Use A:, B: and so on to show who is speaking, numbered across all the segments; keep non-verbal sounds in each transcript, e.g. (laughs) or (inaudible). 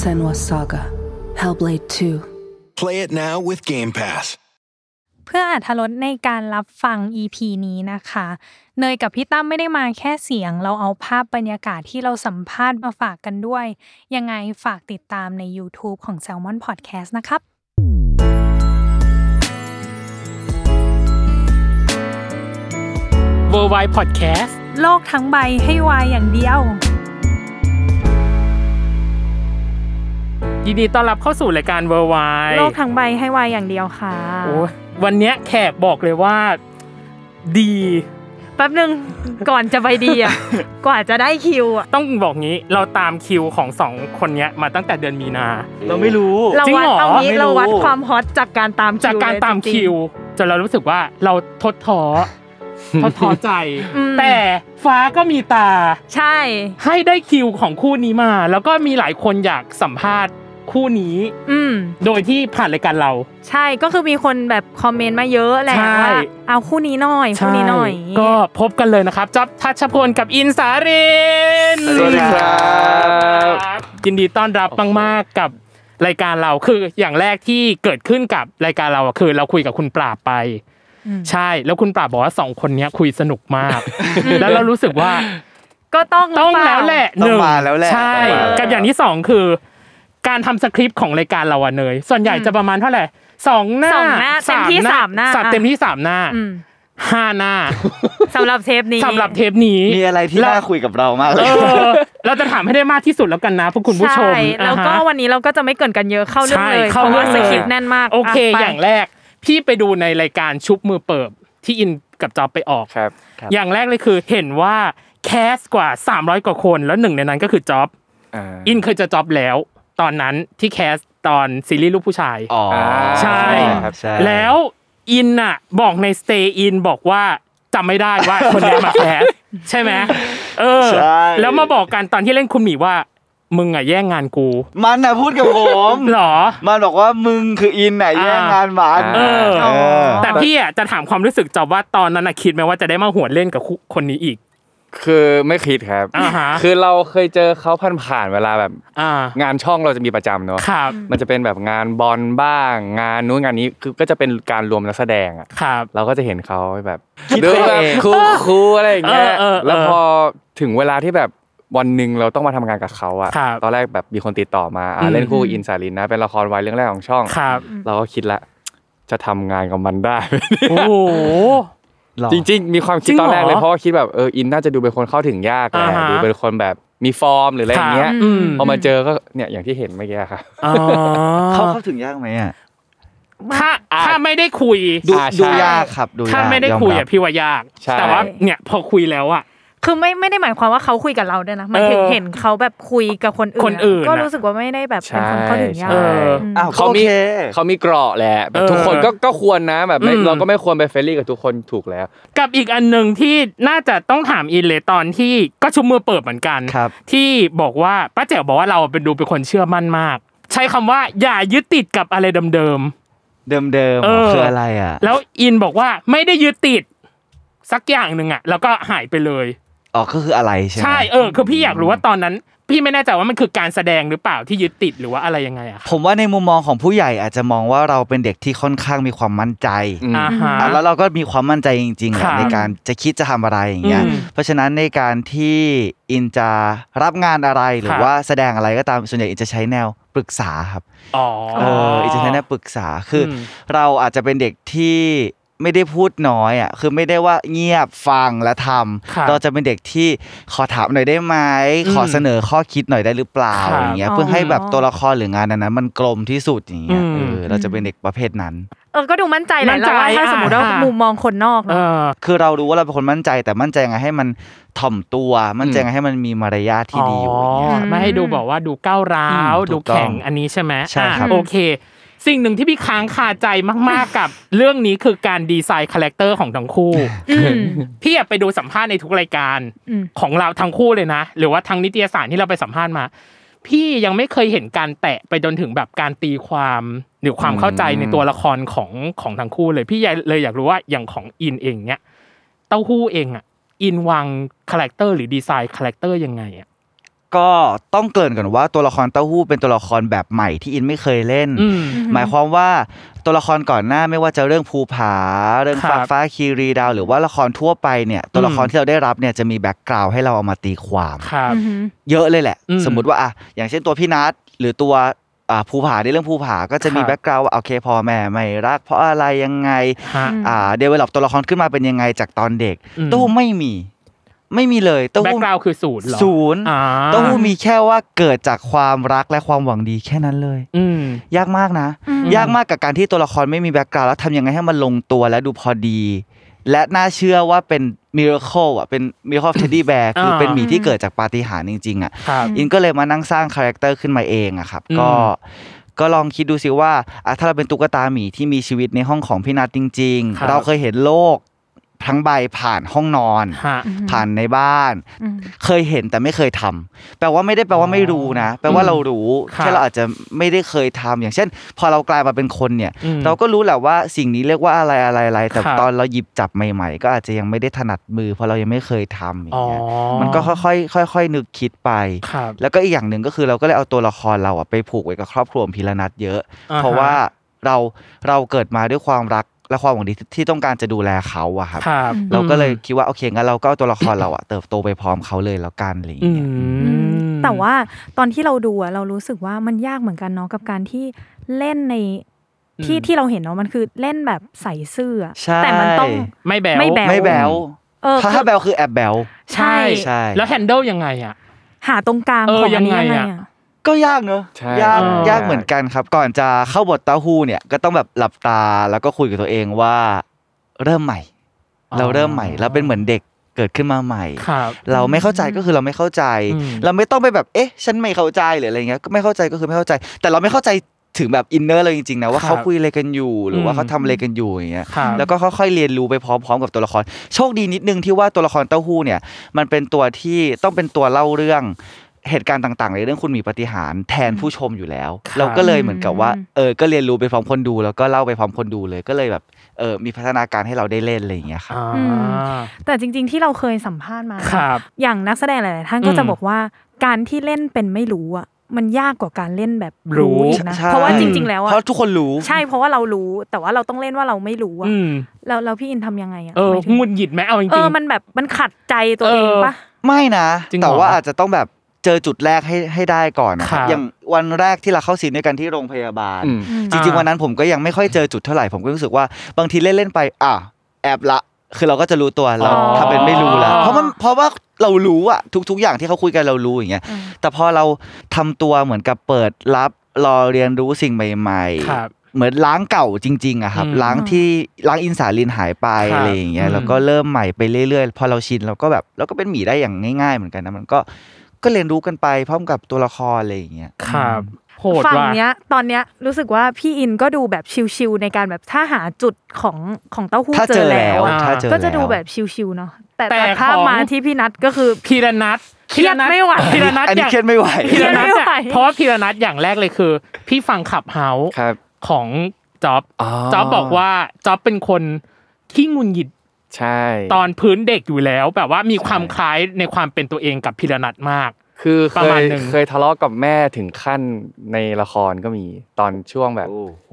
A: Senwa Saga. Hellblade 2.
B: Play it now with Game Pass.
C: เพื่ออาธรสในการรับฟัง EP นี้นะคะ เนยกับพี่ตั้มไม่ได้มาแค่เสียง เราเอาภาพบรรยากาศที่เราสัมภาษณ์มาฝากกันด้วย ยังไงฝากติดตามใน YouTube ของ Salmon Podcast นะครับ
D: w o r l d w i d e Podcast
C: โลกทั้งใบให้วายอย่างเดียว
D: ยินดีต้อนรับเข้าสู่รายการ w o r l d w i d e
C: โลกทั้งใบให้วายอย่างเดียวค่ะ
D: โอ้ยวันเนี้ยแขกบอกเลยว่า ดี
C: แป๊บนึง ก่อนจะไปดี
D: (laughs)
C: อ่ะ กว่าจะได้คิวอ่ะ
D: ต้องบอกงี้เราตามคิวของสองคนเนี้ยมาตั้งแต่เดือนมีนา
E: เราไม่รู้
C: เรา
D: จริง
C: วัด
D: เหรอ
C: เอางี้
D: ไม่รู้
C: เราวัดความฮอตจากการตามคิว
D: จากการ
C: เลย
D: ตาม
C: จงๆ
D: คิว จนเรารู้สึกว่าเราทดท้อ ท
C: (laughs)
D: ดท้อใจ
C: อืม
D: แต่ฟ้าก็มีตา
C: ใช่
D: ให้ได้คิวของคู่นี้มา แล้วก็มีหลายคนอยากสัมภาษณ์คู่นี้
C: อืม
D: โดยที่ผ่านรายการเรา
C: ใช่ก็คือมีคนแบบคอมเมนต์มาเยอะแหละ
D: ใช่
C: ว่าเอาคู่นี้หน่อยคู่นี้หน่อย
D: ใช่ก็พบกันเลยนะครับจ๊อบทัชพลกับอินสาริน
E: สวัสดีครับ
D: ยินดีต้อนรับมากๆกับรายการเราคืออย่างแรกที่เกิดขึ้นกับรายการเราอะคือ เราคุยกับคุณปราบไป ใช่ แล้วคุณปราบบอกว่าสองคนเนี้ยคุยสนุกมาก แล้วเรารู้สึกว่า
C: ก็ต้อง
D: ต้อง
C: เปา
D: แล้วแหละห
E: ต้อง
D: นึ่ง
E: มาแล้วแหละ
D: ใช่
E: ต้องมา
D: กับอย่างที่สองคือ การทำสคริปต์ของรายการเราอะเนยส่วนใหญ่จะประมาณเท่าไหร่สองหน้า
C: สองหน้าเต็มที่สามหน้า
D: เต็มที่สามหน้า
C: อืม
D: ห้าหน้า
C: สำหรับเทปนี้
D: สำหรับเทปนี้
E: มีอะไรที่น่าคุยกับเรามากเล
D: เอย อเราจะถามให้ได้มากที่สุดแล้วกันนะพวกคุณผู้ชม
C: ใช่แล้วก็
D: อ่าฮะ
C: วันนี้เราก็จะไม่เกรินกันเยอะเข้าเรื่อง
D: ใช่
C: เลย
D: เข้า
C: เพราะว่าส
D: เรื่องเลย
C: คริปต์แน่นมาก
D: โอเค
C: ะไป
D: อย่างแรก พี่ไปดูในรายการชุบมือเปิบที่อินกับจอบไปออก
E: ครับ
D: อย่างแรกเลยคือเห็นว่าแคสกว่า 300 กว่าคนแล้วหนึ่งในนั้นก็คือจ็อบอินเคยเจะจ็อบแล้ว ตอนนั้นที่แคสตอนซีรีส์ลูกผู้ชาย
E: อ๋อ
D: ใช่
E: ครับใช่
D: แล้วอินน่ะบอกใน Stay In บอกว่าจำไม่ได้ว่า (laughs) คนนี้มาแคสใช่ไหมเออ
E: ใช่
D: แล้วมาบอกกันตอนที่เล่นคุณหมีว่า มึงอ่ะแย่งงานกู
E: มันน่ะพูดกับผม
D: หรอ
E: มันบอกว่ามึงคืออินไหนะแย่งงานมัน
D: เออ
E: เออ
D: แต่พี่อ่ะจะถามความรู้สึกจอบว่าตอนนั้นน่ะคิดไหมว่าจะได้มาหวนเล่นกับคู่คนนี้อีก
F: คือไม่คิดครับ
D: อ่าฮะ
F: คือเราเคยเจอเขาผ่านผ่านๆเวลาแบบ
D: อ่าง
F: านช่องเราจะมีประจำเนอะ
D: ครับ
F: มันจะเป็นแบบงานบอลบ้าง งานนู้นงานนี้คือก็จะเป็นการรวมนักแสดงอะ
D: ครับ
F: เราก็จะเห็นเขาแบบ
D: คิด
F: ดู
D: ไปเอง
F: แบบคูลคูลอะไรอย่างเงี้
D: เอ
F: ย
D: อเออเออ
F: แล้วพอถึงเวลาที่แบบวันหนึ่งเราต้องมาทำงานกับเขาอะ
D: ครับ
F: ตอนแรกแบบมีคนติดต่อมาอ่ะ
D: อืม
F: เล่นคู่อินสาลินนะ เป็นละครวายเรื่องแรกของช่อง
D: ครับ
E: (laughs)
F: เราก็คิดละจะทำงานกับมันได้
D: โอ้โห
F: จริงๆ มีความคิด
D: จริงเหรอ
F: ตอนแรกเลยเพราะว่าคิดแบบเอออินน่าจะดูเป็นคนเข้าถึงยากแหละ
D: อ่าฮะ
F: ดูเป็นคนแบบมีฟอร์มหรืออะไรอย่างเงี้ย
D: อืม
F: พอมาเจอก็เนี่ยอย่างที่เห็นเมื่อกี้ค่ะ
D: อ๋อ
E: เขาเข้าถึงยากไหมอ่ะ
D: ถ้าถ้าไม่ได้คุย
E: ดู
F: อ่าใช่
E: ดูยากครับดูยาก
D: ถ้าไม่ได้
E: อรับ
D: คุยอ่ะพี่ว่ายาก
F: ใช่
D: แต่ว่าเนี่ยพอคุยแล้วอ่ะ
C: คือไม่ไม่ได้หมายความว่าเขาคุยกับเราด้วยนะหมันถึง
D: เออ
C: เห็นเขาแบบคุยกับคนอื่
D: คนอื่น
C: ก็
D: น่ะ
C: รู้สึกว่าไม่ได้แบบเป็นค
F: ใช่
C: นเข้าถึงยาก
D: เอ
F: ใช่
D: อ
C: ม
E: อ้าว
F: เขา
E: เขา
F: มี
E: มี
F: เขามีเกราะแหละแบบ
D: เออ
F: ทุกคนก็ก็ควรนะแบบไม่
D: อืม
F: เราก็ไม่ควรไปเฟรนลี่กับทุกคนถูกแล้ว
D: กับอีกอันหนึ่งที่น่าจะต้องถามอินเลยตอนที่ก็ชุมมือเปิดเหมือนกัน
E: ครับ
D: ที่บอกว่าป้าแจ๋วบอกว่าเราเป็นดูเป็นคนเชื่อมั่นมาก ใช้คำว่าอย่ายึดติดกับอะไรเดิม
E: เดิมเดิม
D: เออ
E: คืออะไรอ่ะ
D: ๆแล้วอินบอกว่าไม่ได้ยึดติดสักอย่างหนึ่งอะแล้วก็หายไปเลย
E: อ๋อก็คืออะไรใช่ไหม
D: ใช่เออคือพี่อยากรู้ว่าตอนนั้น พี่ไม่แน่ใจว่ามันคือการแสดงหรือเปล่าที่ยึดติดหรือว่าอะไรยังไงอะครับ
E: ผมว่าในมุมมองของผู้ใหญ่อาจจะมองว่าเราเป็นเด็กที่ค่อนข้างมีความมั่นใจ
F: อืม
D: อ่าฮะ
E: อ่ะแล้วเราก็มีความมั่นใจจริงๆแห
D: ครั
E: ละ
D: บ
E: ในการจะคิดจะทำอะไรอย่างเงี้ย
D: อืม
E: เพราะฉะนั้นในการที่อินจะรับงานอะไรหรือ
D: ครับ
E: ว่าแสดงอะไรก็ตามส่วนใหญ่อินจะใช้แนวปรึกษาครับ
D: อ๋อ
E: เอออินจะใช้แนวปรึกษาคืออ
D: ม
E: เราอาจจะเป็นเด็กที่ ไม่ได้พูดน้อยอ่ะคือไม่ได้ว่าเงียบฟังและทำ
D: ครับ
E: เราจะเป็นเด็กที่ขอถามหน่อยได้ไหมขอเสนอข้อคิดหน่อยได้หรือเปล่า
D: ครับ
E: อย่างเงี้ย
G: อ๋อ
E: เพื่อให้แบบตัวละครหรืองานนั้นๆมันกลมที่สุดอย่างเงี้ยเออเราจะเป็นเด็กประเภทนั้น
C: เออก็ดูมั่นใจแห
D: มั่
C: ละ
D: น
C: เรา
D: ใจ
C: ว่าถ้า
D: อ่ะ
C: สมมติว่า
D: อ่ะ
C: มุมมองคนนอก
D: เอ
C: เนาะ
D: อ
E: คือเรารู้ว่าเราเป็นคนมั่นใจแต่มั่นใจยังไงให้มันถ่อมตัวมั่นใจยังไงให้มันมีมารยาทที่ดีอยู่อย่างเงี้ย
D: อ๋อไม่ให้ดูบอกว่าดูก้าวร้าว
E: อืม
D: ดู
E: ถูกต้อง
D: แข็งอันนี้ใช่ไหม
E: ใช่ครับ
D: อ่ะโอเค สิ่งหนึ่งที่พี่ค้างคาใจมาก ๆ กับ เรื่องนี้คือการดีไซน์คาแรคเตอร์ของทั้งคู่
E: (laughs)
C: อืม
D: พี่อะไปดูสัมภาษณ์ในทุกรายการ
C: อืม
D: ของเราทั้งคู่เลยนะ หรือว่าทางนิตยสารที่เราไปสัมภาษณ์มา พี่ยังไม่เคยเห็นการแตะไปจนถึงแบบการตีความหรือความเข้าใจในตัวละครของของทั้งคู่เลยพี่เลยอยากรู้ว่าอย่างของอินเองเนี่ยเต้าหู้เองอ่ะอินวางคาแรคเตอร์หรือดีไซน์คาแรคเตอร์ยังไงอ่ะ
E: ก็ต้องเกริ่นก่อนว่าตัวละครเต้าหู้เป็นตัวละครแบบใหม่ที่อินไม่เคยเล่น
D: อืม
E: หมายความว่าตัวละครก่อนหน้าไม่ว่าจะเรื่องภูผา เรื่อง
D: ครั
E: ฟ้า
D: บ
E: ฟ้าคีรีดาว หรือว่าละครทั่วไปเนี่ยตัวละครที่เราได้รับเนี่ยจะมีแบ็กกราวให้เราเอามาตีความ
D: ครับ
E: เยอะเลยแหละ
D: อืม
E: สมมติว่าอ่ะอย่างเช่นตัวพี่นัทหรือตัวอ่าภูผาในเรื่องภูผาก็จะมี
D: ครับ
E: แบ็กกราวว่าโอเคพ่อแม่ไม่รักเพราะอะไรยังไง
D: ฮะ
E: อ่าเดเวลลอปตัวละครขึ้นมาเป็นยังไงจากตอนเด็ก
D: อืม
E: เต้าหู้ไม่มีไม่มีเลยเต้า
D: แบ็ก
E: หู้
D: กราวคือศูนย์เหรอ
E: ศูนย์
D: อ่า
E: เต้าหู้มีแค่ว่าเกิดจากความรักและความหวังดีแค่นั้นเลย
D: อืม
E: ยากมากนะ ยากมากกับการที่ตัวละครไม่มีแบ็กกราวด์แล้วทำยังไงให้มันลงตัวและดูพอดี และน่าเชื่อว่าเป็นมิราเคิลอ่ะเป็นมิราเคิลเทดดี้แบร์คือเป็นหมีที่เกิดจากปาฏิหาริย์จริงๆอ่ะ
D: ครับ
E: อินก็เลยมานั่งสร้างคาแรคเตอร์ขึ้นมาเองอะครับ
D: อืม
E: ก็ ก็ลองคิดดูสิว่าอ่ะถ้าเราเป็นตุ๊กตาหมีที่มีชีวิตในห้องของพี่นัทจริง
D: ครับ
E: ๆ เราเคยเห็นโลกทั้งใบผ่านห้องนอน
D: ฮะ
E: ผ่านในบ้าน
G: อืม
E: เคยเห็นแต่ไม่เคยทำแปลว่าไม่ได้แปลว่าไม่รู้นะ แปลว่าเรารู้
D: ครับ
E: แค่เราอาจจะไม่ได้เคยทำอย่างเช่น พอเรากลายมาเป็นคนเนี่ย
D: อืม
E: เราก็รู้แหละว่าสิ่งนี้เรียกว่าอะไรอะไรอะไรแต่
D: ครับ
E: ตอนเราหยิบจับใหม่ ๆ ก็อาจจะยังไม่ได้ถนัดมือเพราะเรายังไม่เคยทำอย่า
D: อ๋อง
E: เงี้ยมันก็ค่อยๆค่อย ๆ นึกคิดไป
D: ครับ
E: แล้วก็อีกอย่างหนึ่งก็คือเราก็เลยเอาตัวละครเราอะไปผูกไว้กับครอบครัวของพีระนัทเยอะ
D: อ่าฮะ
E: เพราะว่าเราเราเกิดมาด้วยความรักและความหวังดีที่ที่ต้องการจะดูแลเขาอะครับ
D: ครับ
E: เราก็เลยคิดว่าโอเคงั้นเราก็เอาตัวละครเราอะเติบโตไปพร้อมเขาเลยแล้วกันอะไรอย่าง
D: อืม
E: เงี้ย
C: แต่ว่าตอนที่เราดูอะเรารู้สึกว่ามันยากเหมือนกันเนาะกับการที่เล่นในที่
D: อืม
C: ที่เราเห็นเนาะมันคือเล่นแบบใส่เสื้อ
E: ใช่
C: แต่มันต้อง
D: ไม่แบ
C: ไม่แบ๊
D: ว
C: ว
E: ไม่แบว
C: เออ
E: ถ้า
C: คือ
E: ถ้าแบวคือแอบแบว
C: ใช่
E: ใช่
D: แล้วแฮนเดิลยังไงอ่ะ
C: หาตรงกลาง
D: เออ
C: ของอันนี้
D: ยั
C: ยังง
D: ไง
C: ไง
D: อะ
C: อะ
E: ก็ยากเนอะ
F: ใช่
E: ยาก
F: ใช่
E: ยากเหมือนกันครับ ก่อนจะเข้าบทเต้าหู้เนี่ยก็ต้องแบบหลับตาแล้วก็คุยกับตัวเองว่าเริ่มใหม่ เราเริ่มใหม่เราเป็นเหมือนเด็กเกิดขึ้นมาใหม่
D: ครับ
E: เราไม่เข้าใจก็คือเราไม่เข้าใจ
D: อืม
E: เราไม่ต้องไปแบบเอ๊ะ ฉันไม่เข้าใจหรืออะไรเงี้ยก็ไม่เข้าใจก็คือไม่เข้าใจ แต่เราไม่เข้าใจถึงแบบอินเนอร์เลยจริงๆนะว่า
D: ครับ
E: เขาคุยอะไรกันอยู่หรือว่า
D: อืม
E: เขาทำอะไรกันอยู่อย่างเงี้ย
D: ครับ
E: แล้วก็ค่อยๆเรียนรู้ไปพร้อมๆกับตัวละคร โชคดีนิดนึงที่ว่าตัวละครเต้าหู้เนี่ย มันเป็นตัวที่ต้องเป็นตัวเล่าเรื่องเหตุการณ์ต่างๆ ในเรื่องคุณหมีปาฏิหารย์แทนผู้ชมอยู่แล้ว เราก็เลยเหมือนกับว่าเออก็เรียนรู้ไปพร้อมคนดู แล้วก็เล่าไปพร้อมคนดูเลยก็เลยแบบเออมีพัฒนาการให้เราได้เล่นอะไรอย่างเงี้ยครับ
D: อ่า
C: อืม แต่จริง ๆ ที่เราเคยสัมภาษณ์มา
D: ครับ
C: อย่างนักแสดงหลายๆท่านก็
D: อืม
C: จะบอกว่าการที่เล่นเป็นไม่รู้อ่ะมันยากกว่าการเล่นแบบ
D: รู้
C: รู้อีกนะ
E: ใช่
C: เพราะว่าจริง ๆ แล้วอ่ะ
E: เพราะทุกคนรู้
C: ใช่เพราะว่าเรารู้ แต่ว่าเราต้องเล่นว่าเราไม่รู้อ่ะ
D: อืม
C: แล้วแล้วพี่อินทำยังไงอ่ะ
D: เออ
C: หมายถึง
D: หงุดหงิดไหมเอาจริงๆ
C: เออมันแบบมันขัดใจตัวเองปะ
E: ไม่นะ
D: จริงเหรอ
E: แต่ว่าอาจจะต้องแบบเจอจุดแรกให้ให้ได้ก่อนนะค
D: ครั
E: รับบ อย่างวันแรกที่เราเข้าซีนด้วยกันที่โรงพยาบาล
F: อืม
E: จริงๆวันนั้นผมก็ยังไม่ค่อยเจอจุดเท่าไหร่ผมก็รู้สึกว่าบางทีเล่นเล่นๆไปอ่ะแอบละ คือเราก็จะรู้ตัวเรา
C: อ๋อ
E: ทำเป็นไม่รู้แล้วเพราะมันเพราะว่าเรารู้อะทุก ๆ อย่างที่เขาคุยกันเรารู้อย่างเงี้ยแต่พอเราทำตัวเหมือนกับเปิดรับรอเรียนรู้สิ่งใหม่ ๆ
D: ครับ
E: เหมือนล้างเก่าจริงๆอะครับ
D: อืม
E: ล้างที่ล้างอินสาลินหายไป
D: ครับ
E: อะไรอย่างเงี้ย
D: อืม
E: แล้วก็เริ่มใหม่ไปเรื่อยๆ พอเราชินเราก็แบบเราก็เป็นหมีได้อย่างง่าย ๆ เหมือนกันนะมันก็ก็เรียนรู้กันไปพร้อมกับตัวละครอะไรอย่างเงี้ย
D: ครับโหด
C: ฝั่ง
D: ว่ะ
C: เนี้ยตอนเนี้ยรู้สึกว่าพี่อินก็ดูแบบชิวๆในการแบบถ้าหาจุดของของเต้าหู้
E: ถ้า
C: เจ
E: เจ
C: อ
E: อ
C: แล้
E: แล้วว
C: อะ
D: อ่า
E: ถ้าเจอ
C: ก็จะดู
E: ล้ว
C: แบบชิวๆเนาะแต่
D: แต่
C: แต่ถ้า
D: ของ
C: มาที่พี่นัทก็คือ
D: พีระนัท
C: เครียดไม่ไหว
D: พีระนัท
E: อันนี้
D: ย่าง
E: เครียดไม่ไหว
D: พีระนัท
C: เครียดไม่ไหว
D: เพราะว่าพีระนัทอย่างแรกเลยคือ พี่ฟังขับเฮาส์
F: ครับ
D: ของจ๊อบ
F: อ๋อ
D: จ๊อบบอกว่าจ๊อบเป็นคนขี้งุนหงิด
F: ใช่
D: ตอนพื้นเด็กอยู่แล้ว แบบว่ามีความคล้ายในความเป็นตัวเองกับพิรนัทมาก
F: คือเค
D: ประมาณ
F: ย
D: หนึ่ง
F: เคยทะเลาะกับแม่ถึงขั้นในละครก็มีตอนช่วงแบบ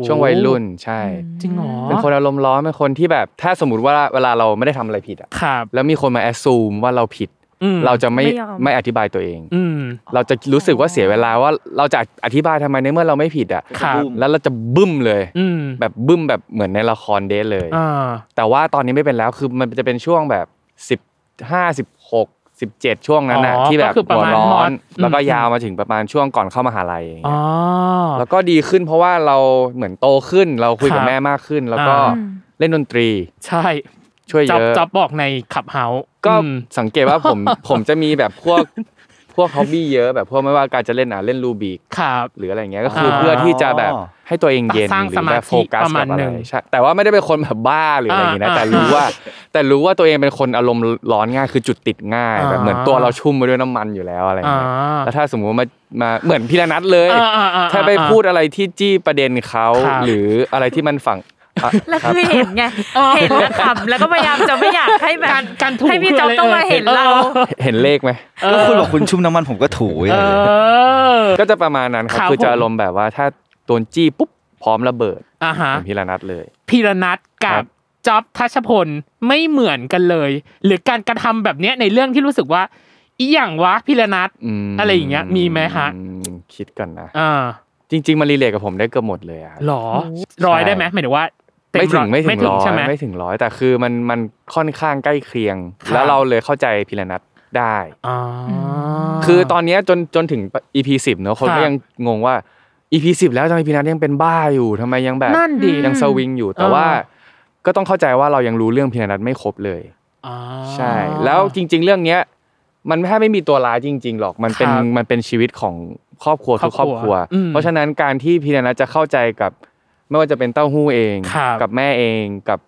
F: ช่วงวัยรุ่นใช่
D: จริงเหรอ
F: เป็นคนอารมณ์ร้อนเป็นคนที่แบบถ้าสมมติว่าเวลาเราไม่ได้ทำอะไรผิดอะ
D: ครับ
F: แล้วมีคนมาแอ u ซูมว่าเราผิด
D: อืม
F: เราจะไม่
C: ไม่ยอม
F: ไม่อธิบายตัวเอง
D: อืม
F: เราจะรู้สึกว่าเสียเวลาว่าเราจะอธิบายทำไมในเมื่อเราไม่ผิดอ่ะ
D: ครับ
F: แล้วเราจะบึ้มเลย
D: อืม
F: แบบบึ้มแบบเหมือนในละครเดทเลย
D: อ่า
F: แต่ว่าตอนนี้ไม่เป็นแล้วคือมันจะเป็นช่วงแบบ 15 16 17 ช่วงนั้นน่ะ
D: อ๋อ
F: ที่แบบ
D: ก็คือประ
F: หัว
D: มาณ
F: ร้
D: ม
F: อน
D: อืม
F: แล้วก็ยาวมาถึงประมาณช่วงก่อนเข้ามหาลัยอย่าง
D: อ๋
F: เงี้
D: อ
F: ยแล้วก็ดีขึ้นเพราะว่าเราเหมือนโตขึ้นเราคุย
D: ค
F: กั
D: รั
F: บบแม่มากขึ้น แล้วก็
D: อ่า
F: เล่นดนตรี
D: ใช่
F: ช่วย
D: จ๊อ
F: เย
D: บ
F: อะ
D: จ๊อบบอกในขับเฮาส์
F: ก็
D: อืม
F: สังเกตว่าผม (laughs) ผมจะมีแบบพวกพวกฮอบบี้เยอะแบบพวกไม่ว่าการจะเล่นอ่ะเล่นรูบิก
D: ครับ
F: หรืออะไรเงี้ยก็คืออา เพื่อที่จะแบบให้ตัวเองเย็น
D: สร้าง
F: หรื
D: ส
F: อ
D: มา
F: แบบ
D: ธิ
F: โฟกัส
D: ประมา
F: กั
D: ณ
F: บอะ
D: หนึ่
F: ไรง ใช่แต่ว่าไม่ได้เป็นคนแบบบ้าหรืออะไรอย่างงี้นะ
D: อ่า
F: แต่รู้ว่า แต่รู้ว่าตัวเองเป็นคนอารมณ์ร้อนง่ายคือจุดติดง่าย
D: อ่า
F: แบบเหมือนตัวเราชุ่มไปด้วยน้ำมันอยู่แล้วอะไร
D: อ่า
F: เงี้ยแล้วถ้าสมมุติมามาเหมือนพี่ระนัทเลย
D: อ่อ่อ่อ่
F: ถ้าไปพูดอะไรที่จี้ประเด็นเขา
D: ครับ
F: หรืออะไรที่มันฝังอ่ะ
C: แล้ว
F: รับ
C: คือเห็นไง เห็นแล้วขำแล้วก็พยายามจะไม่อยากให้แบบ
D: การการถูก
C: ให้พี่
D: คื
C: จ๊อบ
D: ไร
C: ต้องมาเห็นเรา
F: เห็นเลขไหม
E: ก็คุณบอกคุณชุ่มน้ำมันผมก็ถู
D: เอ
E: อย่างนี้เลย
D: อ
F: ก็จะประมาณนั้นครั
D: ครับ บ
F: คือจะ
D: ผม
F: อารมณ์แบบว่าถ้าโดนจี้ปุ๊บพร้อมระเบิด
D: อ่า
F: เห
D: ฮะ
F: มือนพี่ระนัทเลย
D: พีระนัท
F: ค
D: กั
F: รั
D: บบ จ๊อบทัชพลไม่เหมือนกันเลย หรือการกระทำแบบเนี้ยในเรื่องที่รู้สึกว่าอีหยังวะพีระนัท
F: ม
D: อะไรอย่างเงี้ยมีไหมฮะ
F: อืมคิดก่อนนะ
D: อ่า
F: จริง ๆมันรีเลทกับผมได้เกือบหมดเลยอะครับ
D: หรอร้อยได้ไหมหมายถึงว่าเต็
F: ไม่ถึ
D: ร้อง ย
F: ไม่ถึงร้อย
D: ใช่ไหม
F: ไม่ถึงร้อยแต่คือมันมันค่อนข้างใกล้เคียง
D: ครับ
F: แล้วเราเลยเข้าใจพิรนัทได้
D: อ๋อ
F: คือตอนเนี้ยจนจนถึง EP สิบเนอะคน
D: ค
F: ก็
D: รับ
F: ยังงงว่า EP สิบแล้วทำไมพิรนัทยังเป็นบ้าอยู่ทำไมยังแบบ
D: นั่นดี
F: ยังสวิงอยู่แต่
D: เออ
F: ว่า ก็ต้องเข้าใจว่าเรายังรู้เรื่องพิรนัทไม่ครบเลย
D: อ๋อ
F: ใช่ แล้วจริง ๆ เรื่องเนี้ยมันแทบไม่มีตัวร้ายจริง ๆ หรอกมันเป็น
D: ครับ
F: มันเป็นชีวิตของครอบครัวทุกค
D: คร
F: ร
D: อ
F: อ
D: บบ ครัว
F: ครัว
D: อืม
F: เพราะฉะนั้นการที่พี่นัทจะเข้าใจกับ ไม่ว่าจะเป็นเต้าหู้เอง
D: ครับ
F: กับแม่เองกับ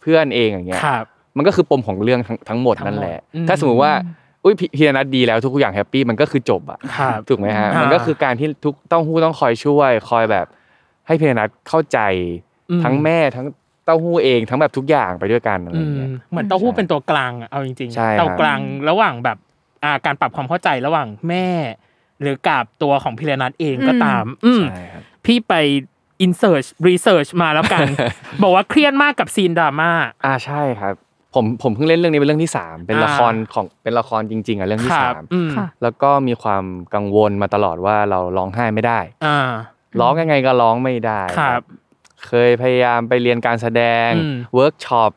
F: เพื่อนเองอย่างเงี้ย
D: ครับ
F: มันก็คือปมของเรื่องทั้งทั้งหมดนั่นแหละ
D: ทั้งหมด
F: ถ้าสมมติว่าอุ้ยพี่พี่นัทดีแล้วทุกอย่างแฮปปี้มันก็คือจบอะ
D: ครับ
F: ถูกไหมฮะ
D: อ่ามั
F: มันก็คือการที่ทุกเต้าหู้ต้องคอยช่วย คอยแบบให้พี่นัทเข้าใจ
D: อืม
F: ทั้งแม่ทั้งเต้าหู้เองทั้งแบบทุกอย่างไปด้วยกันอะไร
D: อื
F: อย่าง
D: ม
F: เงี้ย
D: เหมือนเต้าหู้เป็นตัวกลางอะเอาจริง
F: ใช่
D: ๆ
F: ครับ
D: เต้ากลางระหว่างแบบอ่าการปรับความเข้าใจระหว่างแม่ หรือกับตัวของพิรนัทเองก็ตาม อืม
F: ใช่ครับ
D: พี่ไปอินเสิร์ชรีเสิร์ชมาแล้ว
F: (laughs)
D: กัน บอกว่าเครียดมากกับซีนดราม่า
F: อ่าใช่ครับผมผมเพิ่งเล่นเรื่องนี้เป็นเรื่องที่สามเป็น
D: อ่า
F: ละครของเป็นละครจริง ๆอ่ะเรื่อง
D: ค
F: ที่
D: รั
F: สา
D: บ
F: ม
D: อืม
C: ค่ะ
F: แล้วก็มีความกังวลมาตลอดว่าเราร้องไห้ไม่ได้
D: อ่า
F: ร้องยังไงก็ร้องไม่ได้
D: ครับ
F: เคยพยายามไปเรียนการแสดง
D: อืม
F: เวิร์กช็อป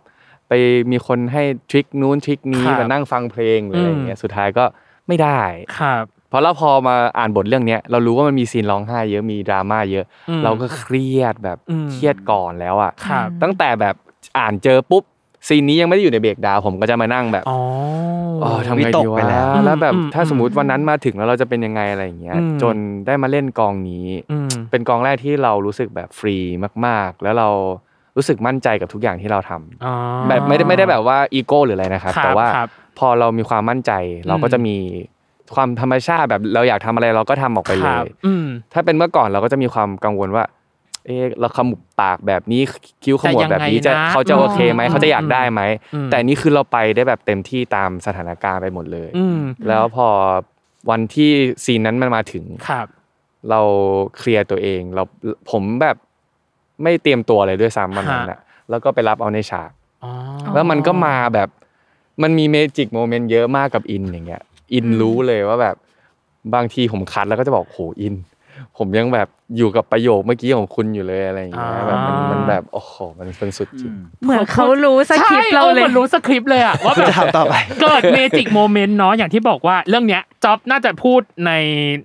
F: ไปมีคนให้ทริคนู้นทริคนี้
D: ครับ
F: มานั่งฟังเพลงหรืออะไรอย่างเงี้ยสุดท้ายก็ไม่ได้
D: ครับ
F: เพราะเราพอมาอ่านบทเรื่องเนี้ยเรารู้ว่ามันมีซีนร้องไห้เยอะมีดราม่าเยอะ
D: อืม
F: เราก็เครียดแบบ
D: อืม
F: เครียดก่อนแล้วอ่ะ
D: ครับ
F: ตั้งแต่แบบอ่านเจอปุ๊บซีนนี้ยังไม่ได้อยู่ในเบรกดาวน์ผมก็จะมานั่งแบบ
D: อ๋อ
F: อ๋อทำไง
E: วิต
F: ดี
E: ก
F: วะ
E: ไปแล้ว
F: แล้วแบบ
D: อืม
F: ถ้าสมมติวันนั้นมาถึงแล้วเราจะเป็นยังไงอะไรอย่างเงี้ย
D: อืม
F: จนได้มาเล่นกองนี้
D: อืม
F: เป็นกองแรกที่เรารู้สึกแบบฟรีมากๆ แล้วเรารู้สึกมั่นใจกับทุกอย่างที่เราทำ
D: อ๋อ
F: แบบไม่ได้ไม่ได้แบบว่าอีโก้หรืออะไรนะครับ
D: ครับ
F: แต่ว่า
D: ครับ
F: พอเรามีความมั่นใจ เราก็
D: อืม
F: จะมีความธรรมชาติแบบเราอยากทำอะไรเราก็ทำออกไป
D: ค
F: เล
D: รับ
F: ย
D: อืม
F: ถ้าเป็นเมื่อก่อนเราก็จะมีความกังวลว่า เอะเราขมุบปากแบบนี้คิ้วขมวดแบบนี้
D: จะ
F: จะ
D: ยังไงนะ
F: เขาจะโอเคไหม
D: อืม
F: เขาจะอยากได้ไหม
D: อืม
F: แต่นี่คือเราไปได้แบบเต็มที่ตามสถานการณ์ไปหมดเลย
D: อืม
F: แล้วพอวันที่ซีนนั้นมันมาถึง
D: ครับ
F: เราเคลียร์ตัวเองเราผมแบบไม่เตรียมตัวเลยด้วยซ้ำวันนั้นอะแล้วก็ไปรับเอาในฉาก
D: อ๋อ
F: แล้วมันก็มาแบบมันมีเมจิกโมเมนต์เยอะมากกับอินอย่างเงี้ย อินรู้เลยว่าแบบบางทีผมคัดแล้วก็จะบอกโหอิน ผมยังแบบอยู่กับประโยคเมื่อกี้ของคุณอยู่เลยอะไรอย่างเงี้ย
D: อ่า
F: แบบมันมันแบบโอ้โหมันเป็นสุดจริง
C: เหมือนเขารู้สคริปต์เรา
D: ใช่ออ
C: เลย
D: หมือนรู้สคริปต์เลยอะว่า
E: คุณ
D: แบบ
E: จะทำต่อไป
D: เกิดเมจิกโมเมนต์เนาะอย่างที่บอกว่าเรื่องเนี้ยจ๊อบน่าจะพูดใน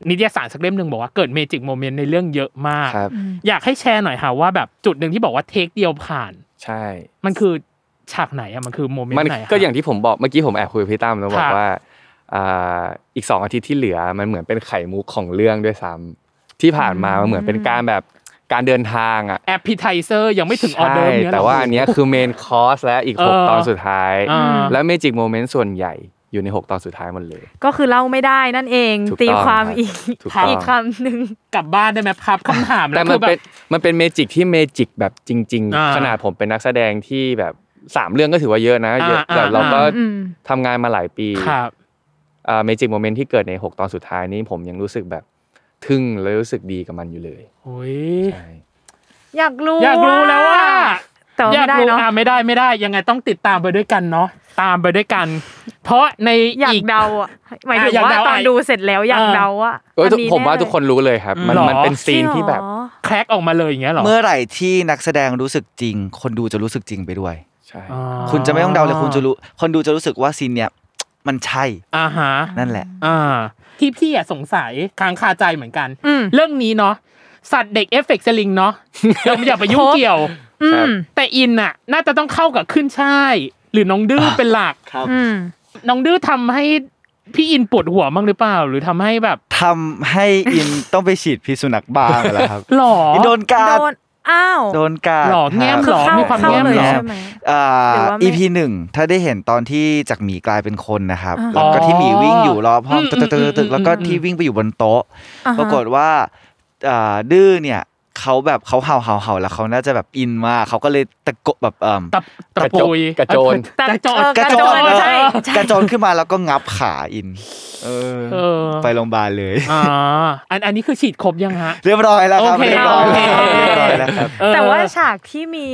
D: นิตยสารสักเล่มหนึ่งบอกว่าเกิดเมจิกโมเมนต์ในเรื่องเยอะมาก
F: ครับ
D: อยากให้แชร์หน่อยค่ะว่าแบบจุดหนึ่งที่บอกว่าเทคเดียวผ่าน
F: ใช่
D: มันคือฉากไหนอะมันคือโมเมน
F: มัน
D: ต์ไหนอะ
F: ก็อย่างที่ผมบอกเมื่อกี้ผมแอบคุยกับพี่ตั้มแล้วบ
D: ค
F: อ
D: รั
F: ก
D: บ
F: ว่าอ่าอีกสองอาทิตย์ที่เหลือมันเหมือนเป็นไข่มุกของเรื่องด้วยซ้ำที่ผ่านมามันเหมือนเป็นการแบบการเดินทางอ่ะ
D: แอปพิไทเซอร์ยังไม่ถึงออเดอร์
F: ใช่
D: เนี่ย
F: แต่ว่าอัน
D: เหร
F: เนี้ยคือเมนคอร์สและอีก
D: เออ
F: 6 ตอนสุดท้าย
D: อ่า
F: และเมจิกโมเมนต์ส่วนใหญ่อยู่ใน 6 ตอนสุดท้ายหมดเลย
C: ก็คือเล่าไม่ได้นั่นเอง
F: ถูกต้อง
C: ตีความ
F: ครับ
C: อีก
F: ถูกต้อง
C: อีกคำหนึ่ง
D: กลับบ้านได้ไหมครับคำถาม
F: แต่
D: แล้ว
F: มั
D: คื
F: น
D: อแบ
F: เป็น
D: บ
F: มันเป็นเมจิกที่เมจิกแบบจริง
D: อ่า
F: ๆ ขนาดผมเป็นนักแสดงที่แบบสามเรื่องก็ถือว่าเยอะนะเยอะ
D: อ่า
F: แต่เราก็
D: อ่า
C: อืม
F: ทำงานมาหลายปี
D: ครับ
F: เมจิกโมเมนต์ที่เกิดใน 6 ตอนสุดท้ายนี้ผมยังรู้สึกแบบทึ่งและรู้สึกดีกับมันอยู่เลย
D: โอ้ย
F: ใช่
C: อยากรู้
D: อยากรู้แล้วว่า
C: แต่ว่า
D: อยา
C: ไม่
D: ก
C: ได้
D: รู้
C: เนาะ
D: อ่ะไม่ได้ไม่ได้ยังไงต้องติดตามไปด้วยกันเนาะตามไปด้วยกัน เพราะใน
C: อยาก
D: อีก
C: เดาอ่ะหมายถึง
D: อ่ะอยาก
C: ว่า
D: เดา
C: ตอน
D: ไอ้
C: ดูเสร็จแล้วอยากเดาอ่ะ
F: เอ้ย
C: อันนี้
F: ผมว่า
C: แเลย
F: ทุกคนรู้เลยครับ มัน
D: หรอ
F: มันเป็นซีนที่แบบ
C: จริงเหรอ
D: แครกออกมาเลยอย่างเงี้ยหรอ
E: เมื่อไหร่ที่นักแสดงรู้สึกจริง คนดูจะรู้สึกจริงไปด้วย
F: ใช่
D: อ๋อ
E: คุณจะไม่ต้องเดาเลยคุณจะรู้ คนดูจะรู้สึกว่าซีนเนี้ยมันใช่
D: อ่าฮะ
E: นั่นแหละ
D: อ่าที่พี่อะสงสัยค้างคาใจเหมือนกัน
G: อืม
D: เรื่องนี้เนาะสัตว์เด็กเอฟเฟกต์สลิงเนาะ เราไม่อยากไปยุ่งเกี่ยว
G: อืม
D: แต่อินอะน่าจะต้องเข้ากับขึ้นช่าย หรือน้องดื้อเป็นหลัก
G: อืม
D: น้องดื้อทำให้พี่อินปวดหัวมั้างหรือเปล่า หรือทำให้แบบ
E: ทำให้อิน ต้องไปฉีดพิษสุนัขบ้างแล้วครับ
D: หลอ
E: อินโดนกาด
C: โดนอ้าว
E: โดนกาด
D: หลอกแง้มห
E: รับ
D: ลอก
C: เข้า
D: มีความ
C: เข้า
D: แง้ม
C: เลย
D: หลอก
C: ใช่ไหม
E: อ่า
C: หรือว่าไม่
E: EP หนึ่งถ้าได้เห็นตอนที่จากหมีกลายเป็นคนนะครับ
C: อ่า
E: แล้วก็ที่หมีวิ่งอยู่รอบห้อง
D: อื
E: ตึ
D: ม
E: กตึกตึกตึกแล้วก็
D: อืมอืม
E: ที่วิ่งไปอยู่บนโต๊ะ
C: อ่าฮะ
E: ปรากฏว่าอ่าดื้อเนี่ยเขาแบบเขาเห่าเห่าเห่าแล้วเขาน่าจะแบบอินมากเขาก็เลยตะโกแบบเอ่ม
D: ตับตับ
F: กระจก
D: ปุย
F: กระโจน
D: กระโจน
C: เออก
E: ระโจน
C: ใช่ใช่
E: กระโจนขึ้นมาแล้วก็งับขาอิน เออ
D: เออ
E: ไปโรงพยาบาลเลย
D: อ่าอันอันนี้คือฉีดครบยังฮะ
E: เรียบร้อยแล้วครับ
D: โอเค
E: เรียบร้อยแล้ว
D: โอเค
E: เรียบร้อยแล้วครับ
D: เออ
C: แต่ว่าฉากที่มี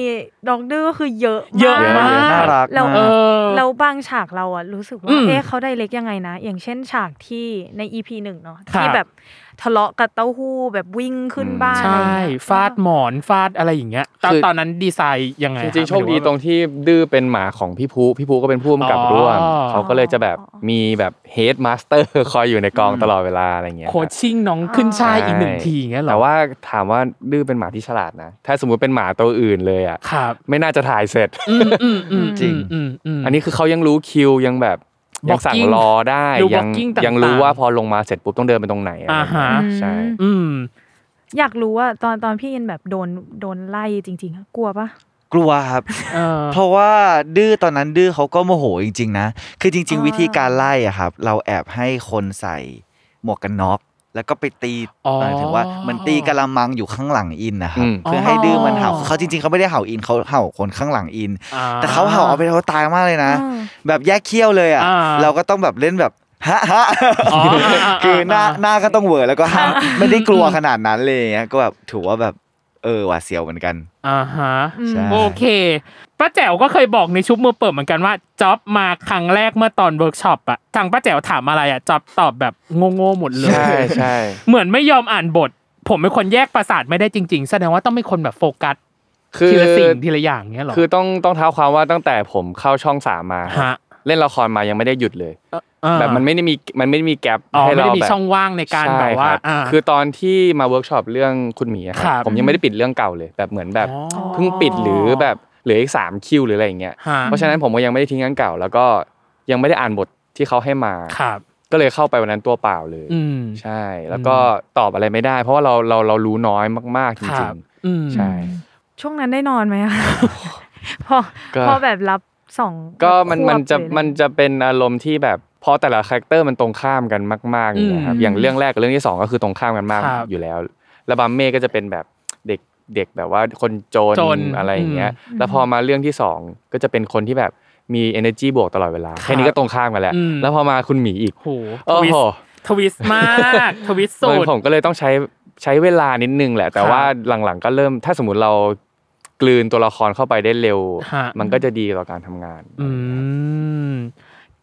C: ดอกดื้อคือเยอะ
D: เยอะ
C: มาม
D: าก ก
E: น่ารัก
C: แล้ว
D: เอ
E: มาก
D: อ
C: แล้วบางฉากเราอะรู้สึก
D: อื
C: ว่าม เอ๊ะเขาได้เล็กยังไงนะ อย่างเช่นฉากที่ในอีพีหนึ่งเนาะ
D: ครับ
C: ที่แบบทะเลาะกับเต้าหู้แบบวิ่งขึ้นบ้าน
D: ใช่
C: อะไรอย่างเงี้ย
D: ฟาดหมอนฟาดอะไรอย่างเงี้ยตอน
F: คือ
D: ตอนนั้นดีไซน์ยังไงอะ
F: จริงๆโชคดี
D: ไม่ว่า
F: ตรงที่ดื้อเป็นหมาของพี่ภูพี่ภูก็เป็นผู้กำกับร่วม
D: อ๋อ
F: เขาก็เลยจะแบบมีแบบเฮดมาสเตอร์คอยอยู่ในกองตลอดเวลาอะไรเงี้ย
D: โคชชิ่งน้องขึ้นชายอีกหนึ่งทีอย่างเงี้ยเหรอ
F: แต่ว่าถามว่าดื้อเป็นหมาที่ฉลาดนะ ถ้าสมมุติเป็นหมาตัวอื่นเลยอ่ะ
D: ครับ
F: ไม่น่าจะถ่ายเสร็จ
D: อืมอืมอืม
E: จริง
D: อืมอืม
F: อันนี้คือเขายังรู้คิวยังแบบยังสั่ง
D: Blocking
F: รอได้
D: ดู
F: ยัง
D: blocking ต่างๆ
F: ยังรู้ว่าพอลงมาเสร็จปุ๊บต้องเดินไปตรงไหนอะไร
D: อ่าฮะ
F: เงี้ยใช่
D: อืม
C: อยากรู้ว่าตอนตอนพี่อินแบบโดนโดนไล่จริงๆอะกลัวปะ
E: กลัวครับ
D: เออ
E: เพราะว่าดื้อตอนนั้นดื้อเขาก็โมโหจริง ๆ นะ คือจริง
C: อ่า
E: ๆ วิธีการไล่อะครับ เราแอบให้คนใส่หมวกกันน็อกแล้วก็ไปตี
D: อ๋อ
E: หมายถึงว่าเหมันตีกะละมังอยู่ข้างหลังอินนะครับ
F: อืม
E: เพื่อให้ดื้อมันเห่า
D: อ๋อ
E: คือเขาจริง ๆเขาไม่ได้เห่าอินเขาเห่าคนข้างหลังอิน
D: อ่
E: แต่เขาเห่าเอาไปเขาตายมากเลยนะ
C: อ่า
E: แบบแยกเขี้ยวเลยอ่ะ
D: อ่า
E: เราก็ต้องแบบเล่นแบบฮะฮะ
D: อ๋ออ่าอ่า
E: คือหน้า
D: อ่า
E: หน้าก็ต้องเหวอแล้วก็ห้ามไม่ได้กลัว
D: อืม
E: ขนาดนั้นเลยอย่างเงี้ยก็แบบถือว่าแบบเออหวาดเสียวเหมือนกัน
D: อ่าฮะ
E: ใช่
D: โอเคป้าแจ๋วก็เคยบอกในชุบมือเปิดเหมือนกันว่าจ็อบมาครั้งแรกเมื่อตอนเวิร์กช็อปอะทางป้าแจ๋วถามอะไรอะจ็อบตอบแบบโง่ๆหมดเลย
F: ใช่ใช่
D: เหมือนไม่ยอมอ่านบท ผมเป็นคนแยกประสาทไม่ได้จริง ๆ แสดงว่าต้องเป็นคนแบบโฟกัส
F: คือ
D: ทีละสิ่งทีละอย่างเงี้ยเหรอ
F: คือต้องต้องเท้าความว่าตั้งแต่ผมเข้าช่องสามมา
D: ฮะ
F: เล่นละครมายังไม่ได้หยุดเลย
D: อ่า
F: แบบมันไม่ได้มีมันไม่ได้มีแกลบ
D: อ๋อ
F: ให้
D: ไม่
F: เรา
D: ได้มี
F: แบบ
D: ช่องว่างในการ
F: ช่
D: แบบว่า
F: ค
D: า
F: คือตอนที่มาเวิร์กช็อปเรื่องคุณหมีอะค
D: ครั
F: รับ บผมยังไม่ได้ปิดเรื่องเก่าเลยแบบเหมือนแบบ
D: อ๋อ
F: เพิ่งปิดหรือแบบเหลืออีกสามคิวหรืออะไรอย่างเงี้ย
D: ฮะ
F: เพราะฉะนั้นผมก็ยังไม่ได้ทิ้งงานเก่า แล้วก็ยังไม่ได้อ่านบทที่เขาให้มา
D: ครับ
F: ก็เลยเข้าไปวันนั้นตัวเปล่าเลย
D: อืม
F: ใช่ แล้วก็ตอบอะไรไม่ได้ เพราะว่าเราเราเรารู้น้อยมากๆจ
D: ครั
F: ริ
D: บ
F: ง
D: อืม
F: ๆใช่
C: ช่วงนั้นได้นอนไหม
F: (laughs)
C: อะพอ
F: ก็
C: พอแบบรับสอง
F: ก็มัน
C: ควบ
F: มันจะ
C: หรืออไร
F: มันจะเป็นอารมณ์ที่แบบพอแต่ละคาแรคเตอร์มันตรงข้ามกันมากๆอย่างเงี้ยครับ
D: อืม
F: อย่างเรื่องแรกกับเรื่องที่สองก็คือตรงข้ามกันมาก
D: ครับ
F: อยู่แล้วแล้วบัมเม่ก็จะเป็นแบบเด็กเด็กแบบว่าคนจน
D: จน
F: อะไรอย่างเงี้ย
C: อืม
F: แล้วพอมาเรื่องที่สองก็จะเป็นคนที่แบบมี energy บวกตลอดเวลา
D: ครับ
F: แค่นี้ก็ตรงข้ามกันแล้ว
D: อืม
F: แล้วพอมาคุณหมีอีก
D: โห
F: โอ้
D: ทวิส
F: โห
D: ต์ทวิสต์มากทวิสต์สุด
F: ผมก็เลยต้องใช้ใช้เวลานิดนึงแหละ แต่ว่าหลังๆก็เริ่มถ้าสมมติเรากลืนตัวละครเข้าไปได้เร็ว
D: ฮะ
F: มันก็จะดีต่อการทำงาน
D: อืม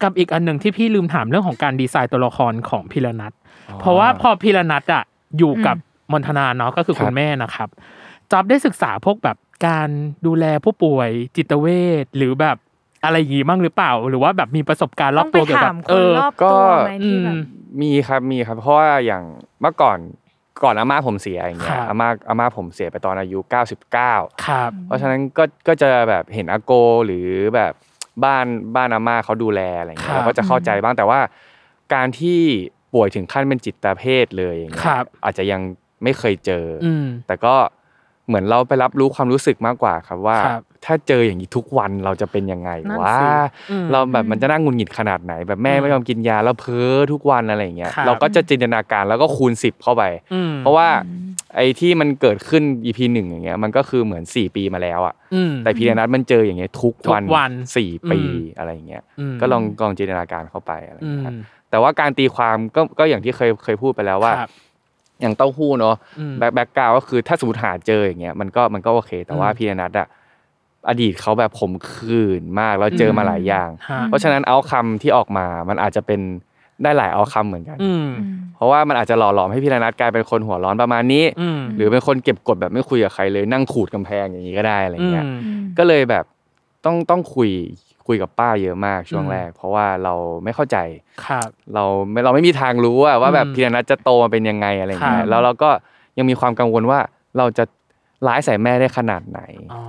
D: กับอีกอันหนึ่งที่พี่ลืมถามเรื่องของการดีไซน์ตัวละครของพิระนัทเพราะว่าพอพิระนัทอ่ะอยู่กับมนทนาเนาะก็คือ
F: ครับ
D: คุณแม่นะครับจอบได้ศึกษาพวกแบบการดูแลผู้ป่วยจิตเวชหรือแบบอะไรอย่างงี้บ้างหรือเปล่า หรือว่าแบบมีประสบการณ์ร
C: ต้
D: อ
C: อบ งไป
D: ตัวเกี่ยว
C: ถา
D: กับ
C: มค
D: เอนอ
C: รอบตัวไหม
D: ก็
C: ที่แบบ
D: อืม
F: มีครับมีครับเพราะว่าอย่างเมื่อก่อนก่อนอาม่าผมเสียอย่างเงี้
D: ค
F: ย
D: รับ
F: อาม่าอาม่าผมเสียไปตอนอายุ 99
D: ครับ
F: เพราะฉะนั้นก็ก็จะแบบเห็นอาโกหรือแบบบ้านบ้านอาม่าเขาดูแลอะไรเงี้
D: ครับ
F: ยเราก็จะเข้าใจบ้างแต่ว่าการที่ป่วยถึงขั้นเป็นจิตเภทเลยอย่างเงี้
D: ครั
F: ย
D: บ
F: อาจจะยังไม่เคยเจออ
D: อืม
F: แต่ก็เหมือนเราไปรับรู้ความรู้สึกมากกว่าครับว่า
D: ครับ
F: ถ้าเจออย่างนี้ทุกวันเราจะเป็นยังไง
D: นั่น
F: วะ
D: สิอืม
F: เราแบบมันจะน่าหงุนหงิดขนาดไหน แบบแม่ไม่ยอมกินยาแล้วเพ้อทุกวันอะไรอย่างเงี้ย
D: ครับ
F: เราก็จะจินตนาการแล้วก็คูณสิบเข้าไป
D: อืม
F: เพราะว่าไอ้ที่มันเกิดขึ้น EP หนึ่งอย่างเงี้ยมันก็คือเหมือน 4 ปีมาแล้วอะ
D: อืม
F: แต่พีเดนัทมันเจออย่างเงี้ยทุกวัน
D: ทุกวัน
F: สี่ปี
D: อืม
F: อะไรอย่างเงี้ย
D: ม
F: ก็ลองลองจินตนาการเข้าไปอะไรอย่าง
D: อืม
F: เงี้ยครับแต่ว่าการตีความก็ก็อย่างที่เคยเคยพูดไปแล้วว่า
D: ครับ
F: อย่างเต้าหู้เนาะ
D: อืม
F: แบ็คแบ็คกราวก็คือถ้าสมมติหาเจออย่างเงี้ยมันก็มันก็โอเค แต่ว่า
D: อืม
F: พีเดนัทอะ อดีตเขาแบบขมขื่นมากแล้วเจอมาหลายอย่าง
D: ฮะ
F: เพราะฉะนั้นเอาคำที่ออกมา มันอาจจะเป็นได้หลายเอาคำเหมือนกัน
D: อืม
C: อืม
F: เพราะว่ามันอาจจะหล่อหลอมให้พี่ระนัทกลายเป็นคนหัวร้อนประมาณนี้
D: อืม
F: หรือเป็นคนเก็บกดแบบไม่คุยกับใครเลยนั่งขูดกำแพงอย่างนี้ก็ได้อะไร
D: อื
F: เงี้ย
D: ม
F: ก็เลยแบบต้องต้องคุยคุยกับป้าเยอะมากช่วง
D: อืม
F: แรก เพราะว่าเราไม่เข้าใจ
D: ครับ
F: เราไม่เราไม่มีทางรู้อะว่าแบบ
D: อืม
F: พีระนัทจะโตมาเป็นยังไงอะไรอย่างเงี้
D: ครั
F: ย
D: บ
F: แล้วเราก็ยังมีความกังวลว่าเราจะร้ายใส่แม่ได้ขนาดไหน
D: อ๋ออ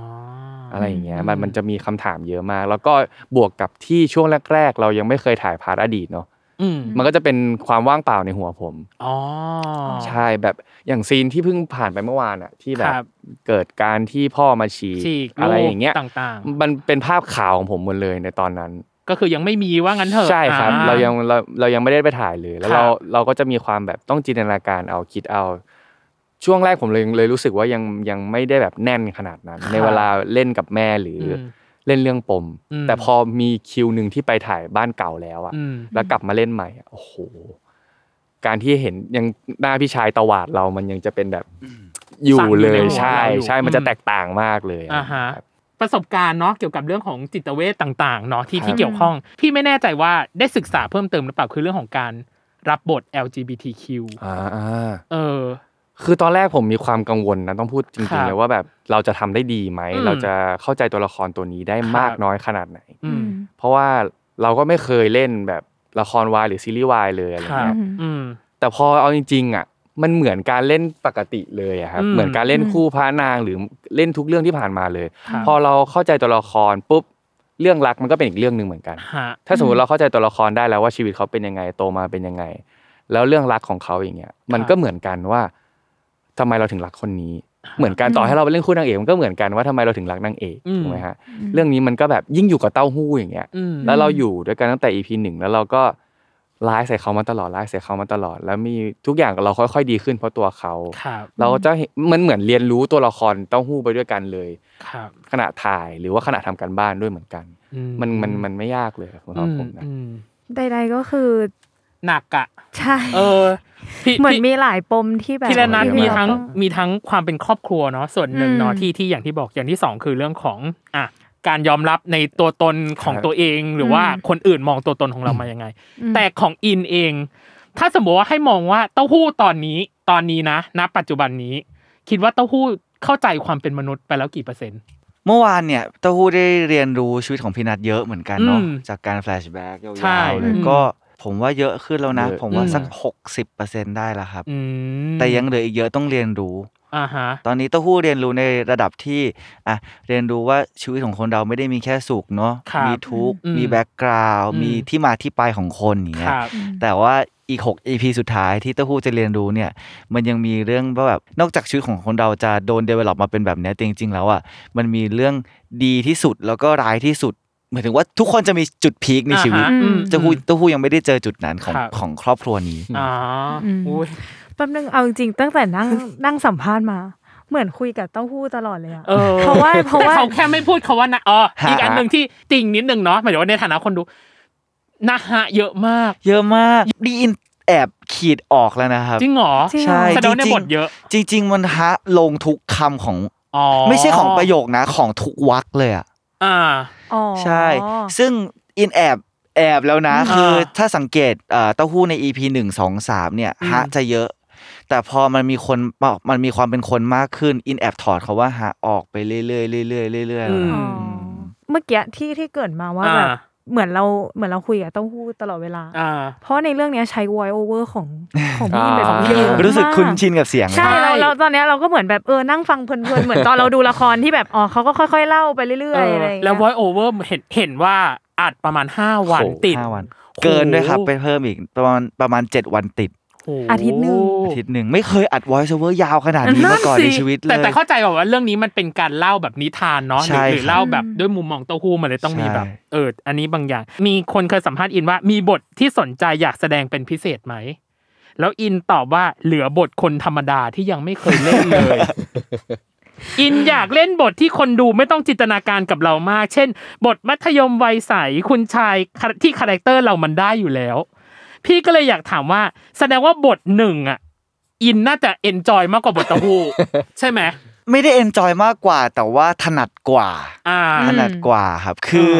F: อะไรอย่างเงี้ยมัน
D: อืม
F: มันจะมีคำถามเยอะมาก แล้วก็บวกกับที่ช่วงแรก ๆ เรายังไม่เคยถ่ายพาร์ทอดีตเนาะ
D: อืม
F: มันก็จะเป็นความว่างเปล่าในหัวผม
D: อ๋อ
F: ใช่แบบอย่างซีนที่เพิ่งผ่านไปเมื่อวานอะที่แบ
D: ครับ บ
F: เกิดการที่พ่อมาฉี
D: ฉี
F: ก
D: ก
F: อะไรอย่างเงี้ย
D: รูปต่าง
F: มันเป็นภาพข่าวของผมหมดเลยในตอนนั้น
D: ๆ ก็คือยังไม่มีว่างั้นเถอะ
F: ใช่ครับ
D: อ่
F: เรายังเราเรายังไม่ได้ไปถ่ายเลยแล้วเรา
D: ครับ
F: เราก็จะมีความแบบต้องจินตนาการเอาคิดเอา ช่วงแรกผมเลยเลยรู้สึกว่ายังยังไม่ได้แบบแน่นขนาดนั้น ในเวลาเล่นกับแม่หรือ
D: อื
F: อ
D: ม
F: เล่นเรื่องปม
D: อืม
F: แต่พอมีคิวหนึ่งที่ไปถ่ายบ้านเก่าแล้วอะ
D: อืม
F: แล้วกลับมาเล่นใหม่อะโอ้โหการที่เห็นยังหน้าพี่ชายตวาดเรามันยังจะเป็นแบบอยู่
D: ฝังอยู่
F: เล
D: ใน
F: ย
D: หัว
F: ใช่
D: เราอยู่
F: ใช่มัน
D: อื
F: จะ
D: ม
F: แตกต่างมากเลยอะ
D: อ่าฮะประสบการณ์เนาะเกี่ยวกับเรื่องของจิตเวชต่างๆเนาะที่ที่เกี่ยว
C: อืม
D: ข้อง พี่ไม่แน่ใจว่าได้ศึกษาเพิ่มเติมหรือเปล่าคือเรื่องของการรับบท LGBTQ
F: อ่าอ่า
D: เออ
F: คือตอนแรกผมมีความกังวลนะต้องพูด
D: ค
F: จ
D: รั
F: ริง
D: บ
F: ๆเลยว่าแบบเราจะทำได้ดีไหม
D: อืม
F: เราจะเข้าใจตัวละครตัวนี้ได้มาก
D: ครับ
F: น้อยขนาดไหน
D: อืม
F: เพราะว่าเราก็ไม่เคยเล่นแบบละครวายหรือซีรีส์วายเลยอะไร
D: ครับ
F: เงี้ย
D: อืม
F: แต่พอเอาจริงๆอ่ะมันเหมือนการเล่นปกติเลยอะครับ
D: อืม
F: เหมือนการเล่นคู่พระนางหรือเล่นทุกเรื่องที่ผ่านมาเลย
D: ครับ
F: พอเราเข้าใจตัวละครปุ๊บเรื่องรักมันก็เป็นอีกเรื่องหนึ่งเหมือนกัน
D: ฮะ
F: ถ้าสมมติเราเข้าใจตัวละครได้แล้วว่าชีวิตเขาเป็นยังไงโตมาเป็นยังไง แล้วเรื่องรักของเขาอย่างเงี้ยมันก็เหมือนกันว่าทำไมเราถึงรักคนนี้ เหมือนกันต่อให้เราไปเล่นคู่นางเอกมันก็เหมือนกันว่าทำไมเราถึงรักนางเอก
D: อืม
F: ถูกไหมฮะเรื่องนี้มันก็แบบยิ่งอยู่กับเต้าหู้อย่างเงี้ย
D: อืม
F: แล้วเราอยู่ด้วยกันตั้งแต่ EP หนึ่งแล้วเราก็ร้ายใส่เขามาตลอดร้ายใส่เขามาตลอด แล้วมีทุกอย่างเราค่อย ๆ ดีขึ้นเพราะตัวเขา
D: ครับ
F: เราจะเห็นมันเหมือนเรียนรู้ตัวละครเต้าหู้ไปด้วยกันเลย
D: ครับ
F: ขณะถ่ายหรือว่าขณะทำการบ้านด้วยเหมือนกัน
D: อื
F: มันมันมันไม่ยากเลยครับสำหรับผมนะ
D: อืม
C: ใดๆก็คือ
D: หนักอะ
C: ใช่
D: เออพี่
C: เหมือน
D: พี่
C: มีหลายปมที่แบบ
D: พี่และนัท
F: เยอะ
D: มี
F: มาก
D: ทั้ง
C: เราต้อง
D: มีทั้งความเป็นครอบครัวเนาะส่วนหนึ่งเนาะ
C: อืม
D: ที่ที่อย่างที่บอกอย่างที่สองคือเรื่องของอ่ะการยอมรับในตัวตนของตัวเองหรือว่า
C: อืม
D: คนอื่นมองตัวตนของเรามายังไง
C: อืม
D: แต่ของอินเอง ถ้าสมมติว่าให้มองว่าเต้าหู้ตอนนี้ตอนนี้นะณปัจจุบันนี้ คิดว่าเต้าหู้เข้าใจความเป็นมนุษย์ไปแล้วกี่เปอร์เซ็นต์
E: เมื่อวานเนี่ยเต้าหู้ได้เรียนรู้ชีวิตของพี่นัทเยอะเหมือนกันเนาะ
D: อืม
E: จากการแฟลชแบ็กยา
D: ใช่
E: วๆเลย
D: อืม
E: ก็ผมว่าเยอะขึ้นแล้วนะ
F: เยอะ
E: ผมว่าสัก
D: อืม
E: หกสิบเปอร์เซ็นต์ได้ละครับ
D: อืม
E: แต่ยังเหลืออีกเยอะต้องเรียนรู้
D: อ่าฮะ
E: ตอนนี้เต้าหู้เรียนรู้ในระดับที่อ่ะเรียนรู้ว่าชีวิตของคนเราไม่ได้มีแค่สุขเนาะ
D: ครับ
E: มีทุกข์
D: อืม
E: มีแบ็กกราวด์
D: อืม
E: มีที่มาที่ไปของคนอย่า
D: ค
E: งเงี้ย
D: รับ
E: แต่ว่าอีก 6 EP สุดท้ายที่เต้าหู้จะเรียนรู้เนี่ย มันยังมีเรื่องว่าแบบนอกจากชีวิตของคนเราจะโดนเดเวล็อปมาเป็นแบบเนี้ยแต่จริงๆแล้วอ่ะมันมีเรื่องดีที่สุดแล้วก็ร้ายที่สุดหมายถึงว่าทุกคนจะมีจุดพีคในชีวิต
D: อ่าฮะอืม
E: เต้าหู้เต้าหู้ยังไม่ได้เจอจุดนั้นของ
D: ครับ
E: ของครอบครัวนี้
D: อ๋ออ
C: ม
D: อุ้ย
C: แป๊บนึงเอาจริงๆตั้งแต่นั่ง นั่งสัมภาษณ์มา เหมือนคุยกับเต้าหู้ตลอดเลยอะ
D: เออ
C: เพราะว่าเพราะว่า
D: แต่เขาแค่ไม่พูดคาว่านะอ๋อ
E: ฮะ
D: อีกอันหนึ่งที่ติ่งนิดนึงเนาะหมายถึงว่าในฐานะคนดูนะฮะ เยอะมาก
E: เยอะมากดีอินแอบขีดออกแล้วนะครับ
D: จริงเหรอ
C: จริงเหรอ
E: ใช่
D: แสดงว่าใน
E: จริงๆ
D: บทเยอะ
E: จริง ๆ มันฮะลงทุกคำของ
D: อ๋อ
E: ไม่ใช่ของประโยคนะของทุกวรรคเลยอ่ะ
D: อ่า
C: อ๋อ
E: ใช่ ซึ่งอินแอบแอบแล้วนะ
D: อืม
E: คือถ้าสังเกตเอ่อเต้าหู้ใน EP หนึ่งสองสามเนี่ย
D: อืม
E: ฮะจะเยอะ แต่พอมันมีคนมันมีความเป็นคนมากขึ้นอินแอบถอดเขาว่าฮะออกไปเรื่อยๆเรื่อยๆเรื่อยๆเรื่อยๆแล้ว
C: อ๋
D: อื
E: นะ
C: อ
D: ม
C: เมื่อกี้ที่ที่เกริดมาว่าแบบ
D: อ่า
C: เหมือนเราเหมือนเราคุยกับเต้าหู้ตลอดเวลา
D: อ่า
C: เพราะในเรื่องเนี้ยใช้ voice over ของของพี่อิน
F: อ่า
C: แบบเยอะมาก
E: รู้สึกคุ้นชินกับเสียง
C: ใช่
E: นะ
C: เราเราตอนเนี้ยเราก็เหมือนแบบเออนั่งฟังเพลินๆ เหมือนตอนเราดูละครที่แบบอ๋อเขาก็ค่อยๆ เล่าไปเรื่อยๆอะไรอย่างเงี้ย
D: แล้ว voice over เห็นเห็นว่าอัดประมาณ 5 วัน
F: โอ้
D: ติด
E: ห้าวัน เกินด้วยครับ ไปเพิ่มอีกประมาณประมาณเจ็ดวันติด
D: โโ
C: อาทิตย์หนึ่ง
E: อาทิตย์หนึ่งไม่เคยอัด voice over ยาวขนาดนี้มาก่อนในชีวิตเล
D: แต่
E: ย
D: แต่เข้าใจแบบว่าเรื่องนี้มันเป็นการเล่าแบบนิทานเนาะห
E: ใช่
D: รือหรือ
E: ครับ
D: เล่าแบบด้วยมุมมองเต้าหู้มันเลยต้องมี
E: ใช่
D: แบบเอออันนี้บางอย่าง มีคนเคยสัมภาษณ์อินว่ามีบทที่สนใจอยากแสดงเป็นพิเศษไหม แล้วอินตอบว่าเหลือบทคนธรรมดาที่ยังไม่เคยเล่นเลย
E: (laughs)
D: อินอยากเล่นบทที่คนดูไม่ต้องจินตนาการกับเรามาก เช่น บทมัธยมวัยใสคุณชายที่คาแรคเตอร์เรามันได้อยู่แล้ว พี่ก็เลยอยากถามว่า
E: (laughs)
D: แสดงว่าบทหนึ่งอ่ะ อินน่าจะเอนจอยมากกว่าบทตะหู ใช่ไหม
E: ไม่ได้เอนจอยมากกว่า แต่ว่าถนัดกว่า
D: อ่า
E: ถนัดกว่าครับ คือ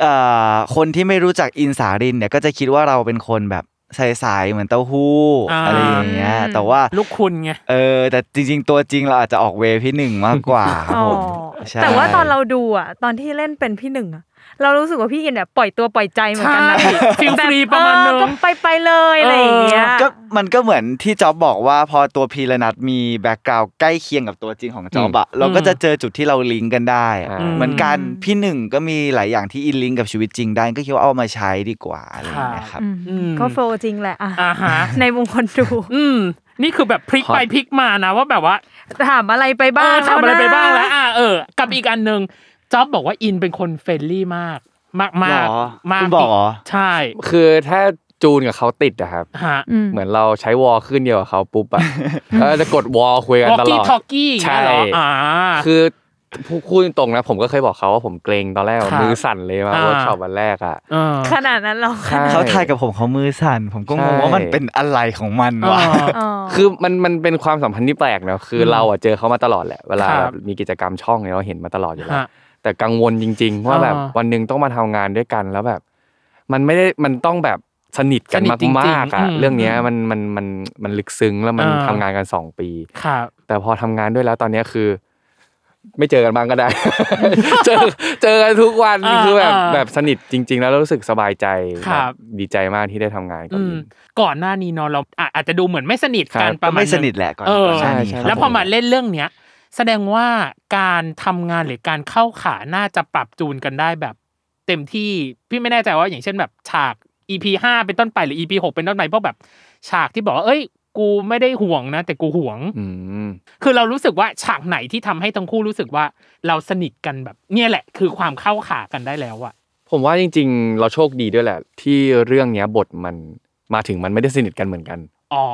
E: เอ่อคนที่ไม่รู้จักอินสารินเนี่ยก็จะคิดว่าเราเป็นคนแบบใสๆเหมือนเต้าหู้
D: อ่า
E: อะไรอย่างเงี้ย แต่ว่า
D: ลูกคุณไง
E: เออแต่จริง ๆ ตัวจริงเราอาจจะออกเวย์พี่หนึ่งมากกว่าครับผมใช่
C: แต่ว่าตอนเราดูอ่ะ ตอนที่เล่นเป็นพี่หนึ่งอ่ะ เรารู้สึกว่าพี่อินเนี่ยปล่อยตัวปล่อยใจเหมือนกันนะ
D: ใช่ feel
C: แบบ
D: free ประมาณนึง
C: เออก็ไปไปเลยอะไรอย่างเงี้ย
E: ก็มันก็เหมือนที่จ๊อบบอกว่าพอตัวพีระนัทมีแบ็กกราวใกล้เคียงกับตัวจริงของจ๊อบอะเราก็จะเจอจุดที่เราลิงก์กันได้อะ
F: อืม
E: เหมือนกันพี่หนึ่งก็มีหลายอย่างที่อินลิงก์กับชีวิตจริงได้ก็คิดว่าเอามาใช้ดีกว่าอะไรอย่างเงี้ยครับ
C: อืม
D: อืม
C: ก็โฟลว์จริงแหละอ่ะ
D: อ่าฮะ
C: ในมุมคนดู (laughs)
D: อืม นี่คือแบบพลิกไปพลิกมานะว่าแบบว่า
C: ถามอะไรไป
D: เอ
C: บ้าง
D: อทำอะไรไปบ้างแล้ว
C: น
D: อ่าเออ กับอีกอันหนึ่งจ๊อบบอกว่าอินเป็นคนเฟรนลี่มาก มากมาก
E: หรอ
D: มาก
E: คุณบอกเหรอ
D: ใช่
F: คือถ้าจูนกับเขาติดอะครับ
D: ฮะ
C: อืม
F: เหมือนเราใช้วอลขึ้นเดียวกับเขาปุ๊บ
D: (laughs)
F: อะแล้วจะกดวอลคุยกัน
D: วอก
F: ตล
D: กี้
F: อด
D: ทอกกี้อย่างเงี้ยเหรอ
F: ใช่
D: อ่า
F: คือพูพูดตรงๆนะ ผมก็เคยบอกเขาว่าผมเกรงตอนแรก
D: ครับ
F: มือสั่นเลยมา
D: อ่า
F: เวิร์กช็อปวันแรกอะ
D: เออ
C: ขนาดนั้นเรา
F: ใช่
E: เขาถ่ายกับผมเขามือสั่นผมก็งง
F: ใช่
E: ว่ามันเป็นอะไรของมันวะ
C: อ๋อ
F: คือมันมันเป็นความสัมพันธ์ที่แปลกเนอะคือเราอะเจอเขามาตลอดแหละเวลา
D: ครับ
F: มีกิจกรรมช่องเนี่ยเราเห็นมาตลอดอยู่แล้ว
D: ฮะ
F: แต่กังวลจริง ๆ ว่าแบบ
D: อ่า
F: วันหนึ่งต้องมาทำงานด้วยกันแล้วแบบ มันไม่ได้มันต้องแบบสนิทกัน
D: สนิทจริงๆ
F: มากๆ
D: อื
F: อะ
D: ม
F: เรื่องเนี้ยมันมันมันมันลึกซึ้งแล้วมัน
D: อ่า
F: ทำงานกันสองปี
D: ครับ
F: แต่พอทำงานด้วยแล้วตอนเนี้ยคือ ไม่เจอกันบ้าง
D: (laughs)
F: ก็ได้ เจอเจอกันทุกวัน
D: อ่า
F: คือแบบ
D: อ่า
F: แบบสนิทจริง ๆ แล้วรู้สึกสบายใจ
D: ครับ
F: แบบดีใจมากที่ได้ทำงานกับ
D: อืม
F: อิน
D: ก่อนหน้านี้เนอะเราอ่ะอาจจะดูเหมือนไม่สนิทกัน
F: ครับ
D: ประมาณ
E: ไม่ส
D: ง
E: นิทแหละก่อน
D: เออ
E: ก่อนหน้านี้ค
F: ใช่ใช่
E: รับ
D: แล้วพอมาเล่นเรื่องเนี้ย แสดงว่าการทำงานหรือการเข้าขาน่าจะปรับจูนกันได้แบบ เต็มที่พี่ไม่แน่ใจว่าอย่างเช่นแบบฉาก EP ห้าเป็นต้นไปหรือ EP หกเป็นต้นไปพวกแบบ ฉากที่บอกว่าเอ้ย กูไม่ได้ห่วงนะ แต่กูห่วง
F: อืม
D: คือเรารู้สึกว่าฉากไหนที่ทำให้ทั้งคู่รู้สึกว่าเราสนิทกันแบบ เนี่ยแหละ คือความเข้าขากันได้แล้วอะ
F: ผมว่าจริง ๆ เราโชคดีด้วยแหละ ที่เรื่องเนี้ยบทมันมาถึงมันไม่ได้สนิทกันเหมือนกัน
D: อ๋อ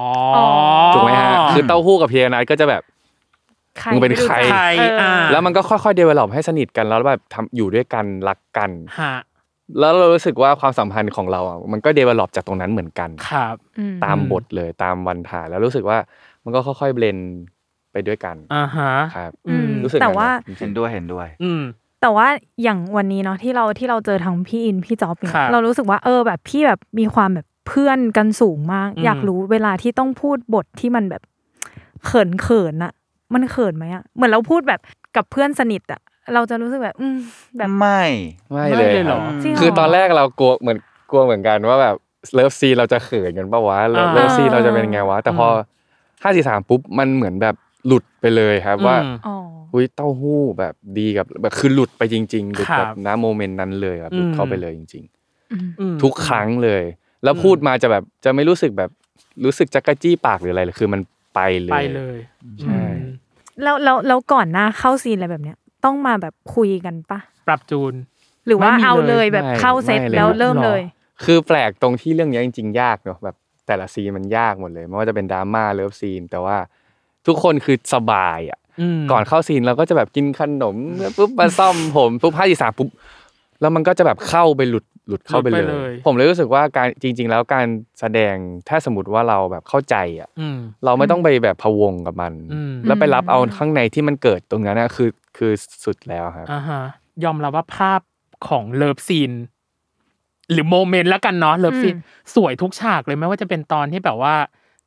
F: ถูกไหมฮะคือเต้าหู้กับเพียนัทก็จะแบบ มึงเป็นใคร
D: ใคร
C: เอออ่
D: อ่า
F: แล้วมันก็ค่อยๆเดเวล็อปให้สนิทกันแล้วแบบทำอยู่ด้วยกันรักกัน
D: ฮะ
F: แล้วเรารู้สึกว่าความสัมพันธ์ของเราอ่ะมันก็เดเวล็อปจากตรงนั้นเหมือนกัน
D: ครับ
C: อืม
F: ตาม
D: อืม
F: บทเลยตามวันถ่ายแล้วรู้สึกว่ามันก็ค่อยๆเบลนไปด้วยกัน
D: อ่าฮะ
F: ครับ
C: อืม
F: รู้สึก
C: แต่
F: อย่งนั้น
C: ว่า
F: จริงๆ
E: เห็นด้วยเห็นด้วย
D: อืม
C: แต่ว่าอย่างวันนี้เนาะที่เราที่เราเจอทั้งพี่อินพี่จอบเนี่ย
D: ครับ
C: เรารู้สึกว่าเออแบบพี่แบบมีความแบบเพื่อนกันสูงมาก
D: อืม
C: อยากรู้เวลาที่ต้องพูดบทที่มันแบบเขินเขินอะมันเขินไหมอะเหมือนเราพูดแบบกับเพื่อนสนิทอะเราจะรู้สึกแบบ อืมแบบ
E: ไม่
F: ไม่เลย
D: ไม่เลยเหรอ
F: ครับ
C: จริงเหรอ
F: คือตอนแรกเรากลัวเหมือนกลัวเหมือนกันว่าแบบเลิฟซีเราจะเขินกันปะวะเลิฟ
D: อ่า
F: เลิฟซีเราจะเป็นไงวะ แต่พอห้าสี่สามปุ๊บมันเหมือนแบบหลุดไปเลยครับว่า
D: อืม
C: ๋อ
F: อุ้ยเต้าหู้แบบดีกับแบบคือหลุดไปจริงๆหลุด
D: ค
F: แบ
D: รั
F: บบ ณโมเมนต์นั้นเลยครับหลุด
D: อืม
F: เข้าไปเลยจริง
D: อืม
F: ๆ ทุกครั้งเลย แล้วพูดมาจะแบบจะไม่รู้สึกแบบรู้สึกจักกะจี้ปากหรืออะไรเลยคือมันไปเลย
D: ไปเลย
F: ใช่
D: อืม
C: แล้วแล้วแล้วก่อนหน้าเข้าซีนอะไรแบบเนี้ยต้องมาแบบคุยกันปะ
D: ปรับจูน
C: หรือว่า
D: ไม่มี
C: เอาเลย
D: เลย
C: แบบ
F: ไม่
C: เข้าเซต
F: ไม่เลย
C: แล้วเริ่ม
D: หรอ
C: เลย
F: คือแปลกตรงที่เรื่องเนี้ยจริงๆ ยากเนอะแบบแต่ละซีนมันยากหมดเลยไม่ว่าจะเป็นดราม่าเลิฟซีน แต่ว่าทุกคนคือสบายอ่ะ
D: ม
F: ก่อนเข้าซีนเราก็จะแบบกินขนมปุ๊บมาซ่อมผมปุ๊บห้าสี่สามปุ๊บแล้วมันก็จะแบบเข้าไปหลุดหลุดเข้าไปเลย ผมเลยรู้สึกว่าการจริง ๆ แล้วการแสดงถ้าสมมติว่าเราแบบเข้าใจอ่ะ
D: อืม
F: เราไม่ต้องไปแบบพะวงกับมัน
D: อืม
F: แล้วไปรับเอาข้างในที่มันเกิดตรงนั้นนะคือคือสุดแล้วครับ
D: อ่าฮะยอมรับว่าภาพของเลิฟซีน หรือโมเมนต์แล้วกันเนาะเลิฟซีน
C: อืม
D: สวยทุกฉากเลยไม่ว่าจะเป็นตอนที่แบบว่า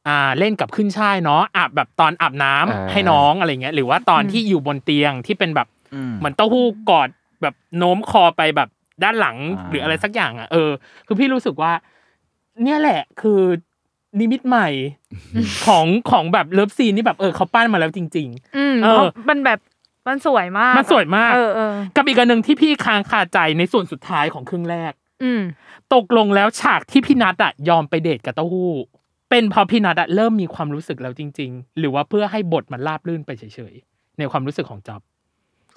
D: อ่าเล่นกับขึ้นช่ายเนาะอาบแบบตอนอาบน้ำ
F: อ่า
D: ให้น้องอะไรเงี้ย หรือว่าตอนที่อยู่บนเตียงที่เป็นแบบ
E: อืม
D: เหมือนเต้าหู้กอดแบบโน้มคอไปแบบด้านหลัง
E: อ่า
D: หรืออะไรสักอย่างอ่ะเออ คือพี่รู้สึกว่า เนี่ยแหละคือนิมิตใหม่ของของแบบเลิฟซีนนี่แบบเออเขาปั้นมาแล้วจริง
C: อืม
D: เออ
C: เพราะมันแบบมันสวยมาก
D: มันสวยมาก
C: เออเออ
D: ๆ กับอีกอันหนึ่งที่พี่ค้างคาใจในส่วนสุดท้ายของครึ่งแรก
C: อืม
D: ตกลงแล้วฉากที่พี่นัทอะยอมไปเดทกับเต้าหู้ เป็นเพราะพี่นัทอะเริ่มมีความรู้สึกแล้วจริง ๆ หรือว่าเพื่อให้บทมันราบรื่นไปเฉยๆในความรู้สึกของจอบ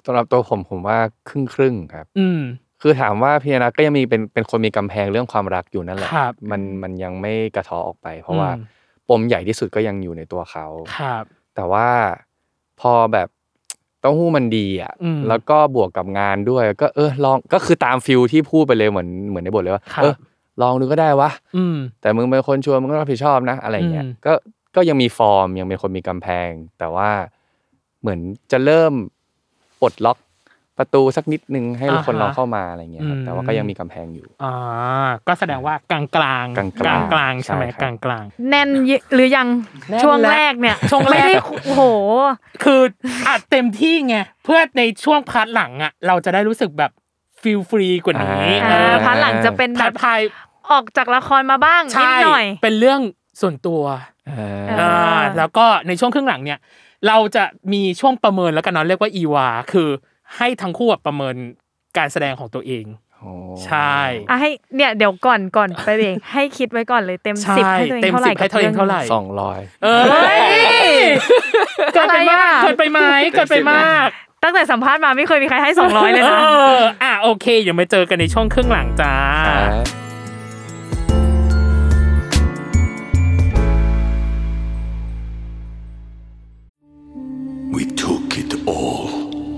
F: สำหรับตัวผมผมว่าครึ่งครึ่งๆครับ
D: อืม
F: คือถามว่าพี่นัทก็ยังมีเป็นเป็นคนมีกำแพงเรื่องความรักอยู่นั่นแหละ
D: ครับ
F: มันมันยังไม่กระเทอออกไป เพราะว่า
D: อืม
F: ปมใหญ่ที่สุดก็ยังอยู่ในตัวเขา
D: ครับ
F: แต่ว่าพอแบบเต้าหู้มันดีอ่ะ
D: อืม
F: แล้วก็บวกกับงานด้วย ก็เออลองก็คือตามฟิลที่พูดไปเลยเหมือนเหมือนในบทเลยว่า
D: ครับ
F: เออลองดูก็ได้วะ
D: อืม
F: แต่มึงเป็นคนชวนมึงก็รับผิดชอบนะอะไรเงี้ย
D: อืม
F: ก็ก็ยังมีฟอร์มยังเป็นคนมีกำแพง แต่ว่า เหมือนจะเริ่มปลดล็อกประตูสักนิดนึงให้คนเรา
D: อ่าฮะ
F: เข้ามาอะไรเงี้ยครับแต่ว่าก็
D: อืม
F: ยังมีกำแพงอยู่
D: อ่าก็แสดงว่ากลางกลาง
F: กลางๆ
D: กลางๆใช่ไหม
F: ใช่ครับ
D: กลางกลาง
C: แน่นเยอะหรือยัง
D: แน่น
C: ช่วง
D: แล้ว
C: แรกเนี่ย
D: ช่วงแรก
C: ไม่ได้โอ้โห
D: ๆคืออัดเต็มที่ไงเพื่อในช่วงพาร์ทหลังอ่ะเราจะได้รู้สึกแบบฟิลฟรีกว่านี้
F: อ่า
D: เอ
C: อ่า
D: อ
C: พันหลังจะเป็นแบ
D: พาร์
C: บ
D: ทพาย
C: ออกจากละครมาบ้างนิด
D: ใช่
C: หน่อย
D: เป็นเรื่องส่วนตัว
C: เออ
D: อ่าแล้วก็ในช่วงครึ่งหลังเนี่ย เราจะมีช่วงประเมินแล้วกันเนาะเรียกว่าอีวา คือให้ทั้งคู่อะประเมินการแสดงของตัวเอง
F: โอ้
D: ใช่
C: อ่ะให้เนี่ยเดี๋ยวก่อนก่อนไป
D: (laughs)
C: เองให้คิดไว้ก่อนเลยเต็มสิบ
D: ใช่
C: ให้ตัวเอง
D: เต็ม
C: เท่าไห
D: สิ
C: ร่
D: บให้ตัวเอง
C: กับ
D: เท่าไหร่
F: สองร้อย
D: เอ้ยเกินไปมาก
C: อะไรอะ
D: เกินไปไหมเกินไปมาก
C: ตั้งแต่สัมภาษณ์มาไม่เคยมีใครให้สองร้อยเลยนะ
D: เอออ่ะโอเคเดี๋ยวมาเจอกันในช่วงครึ่งหลังจ้า
F: ครับ
H: We took it all.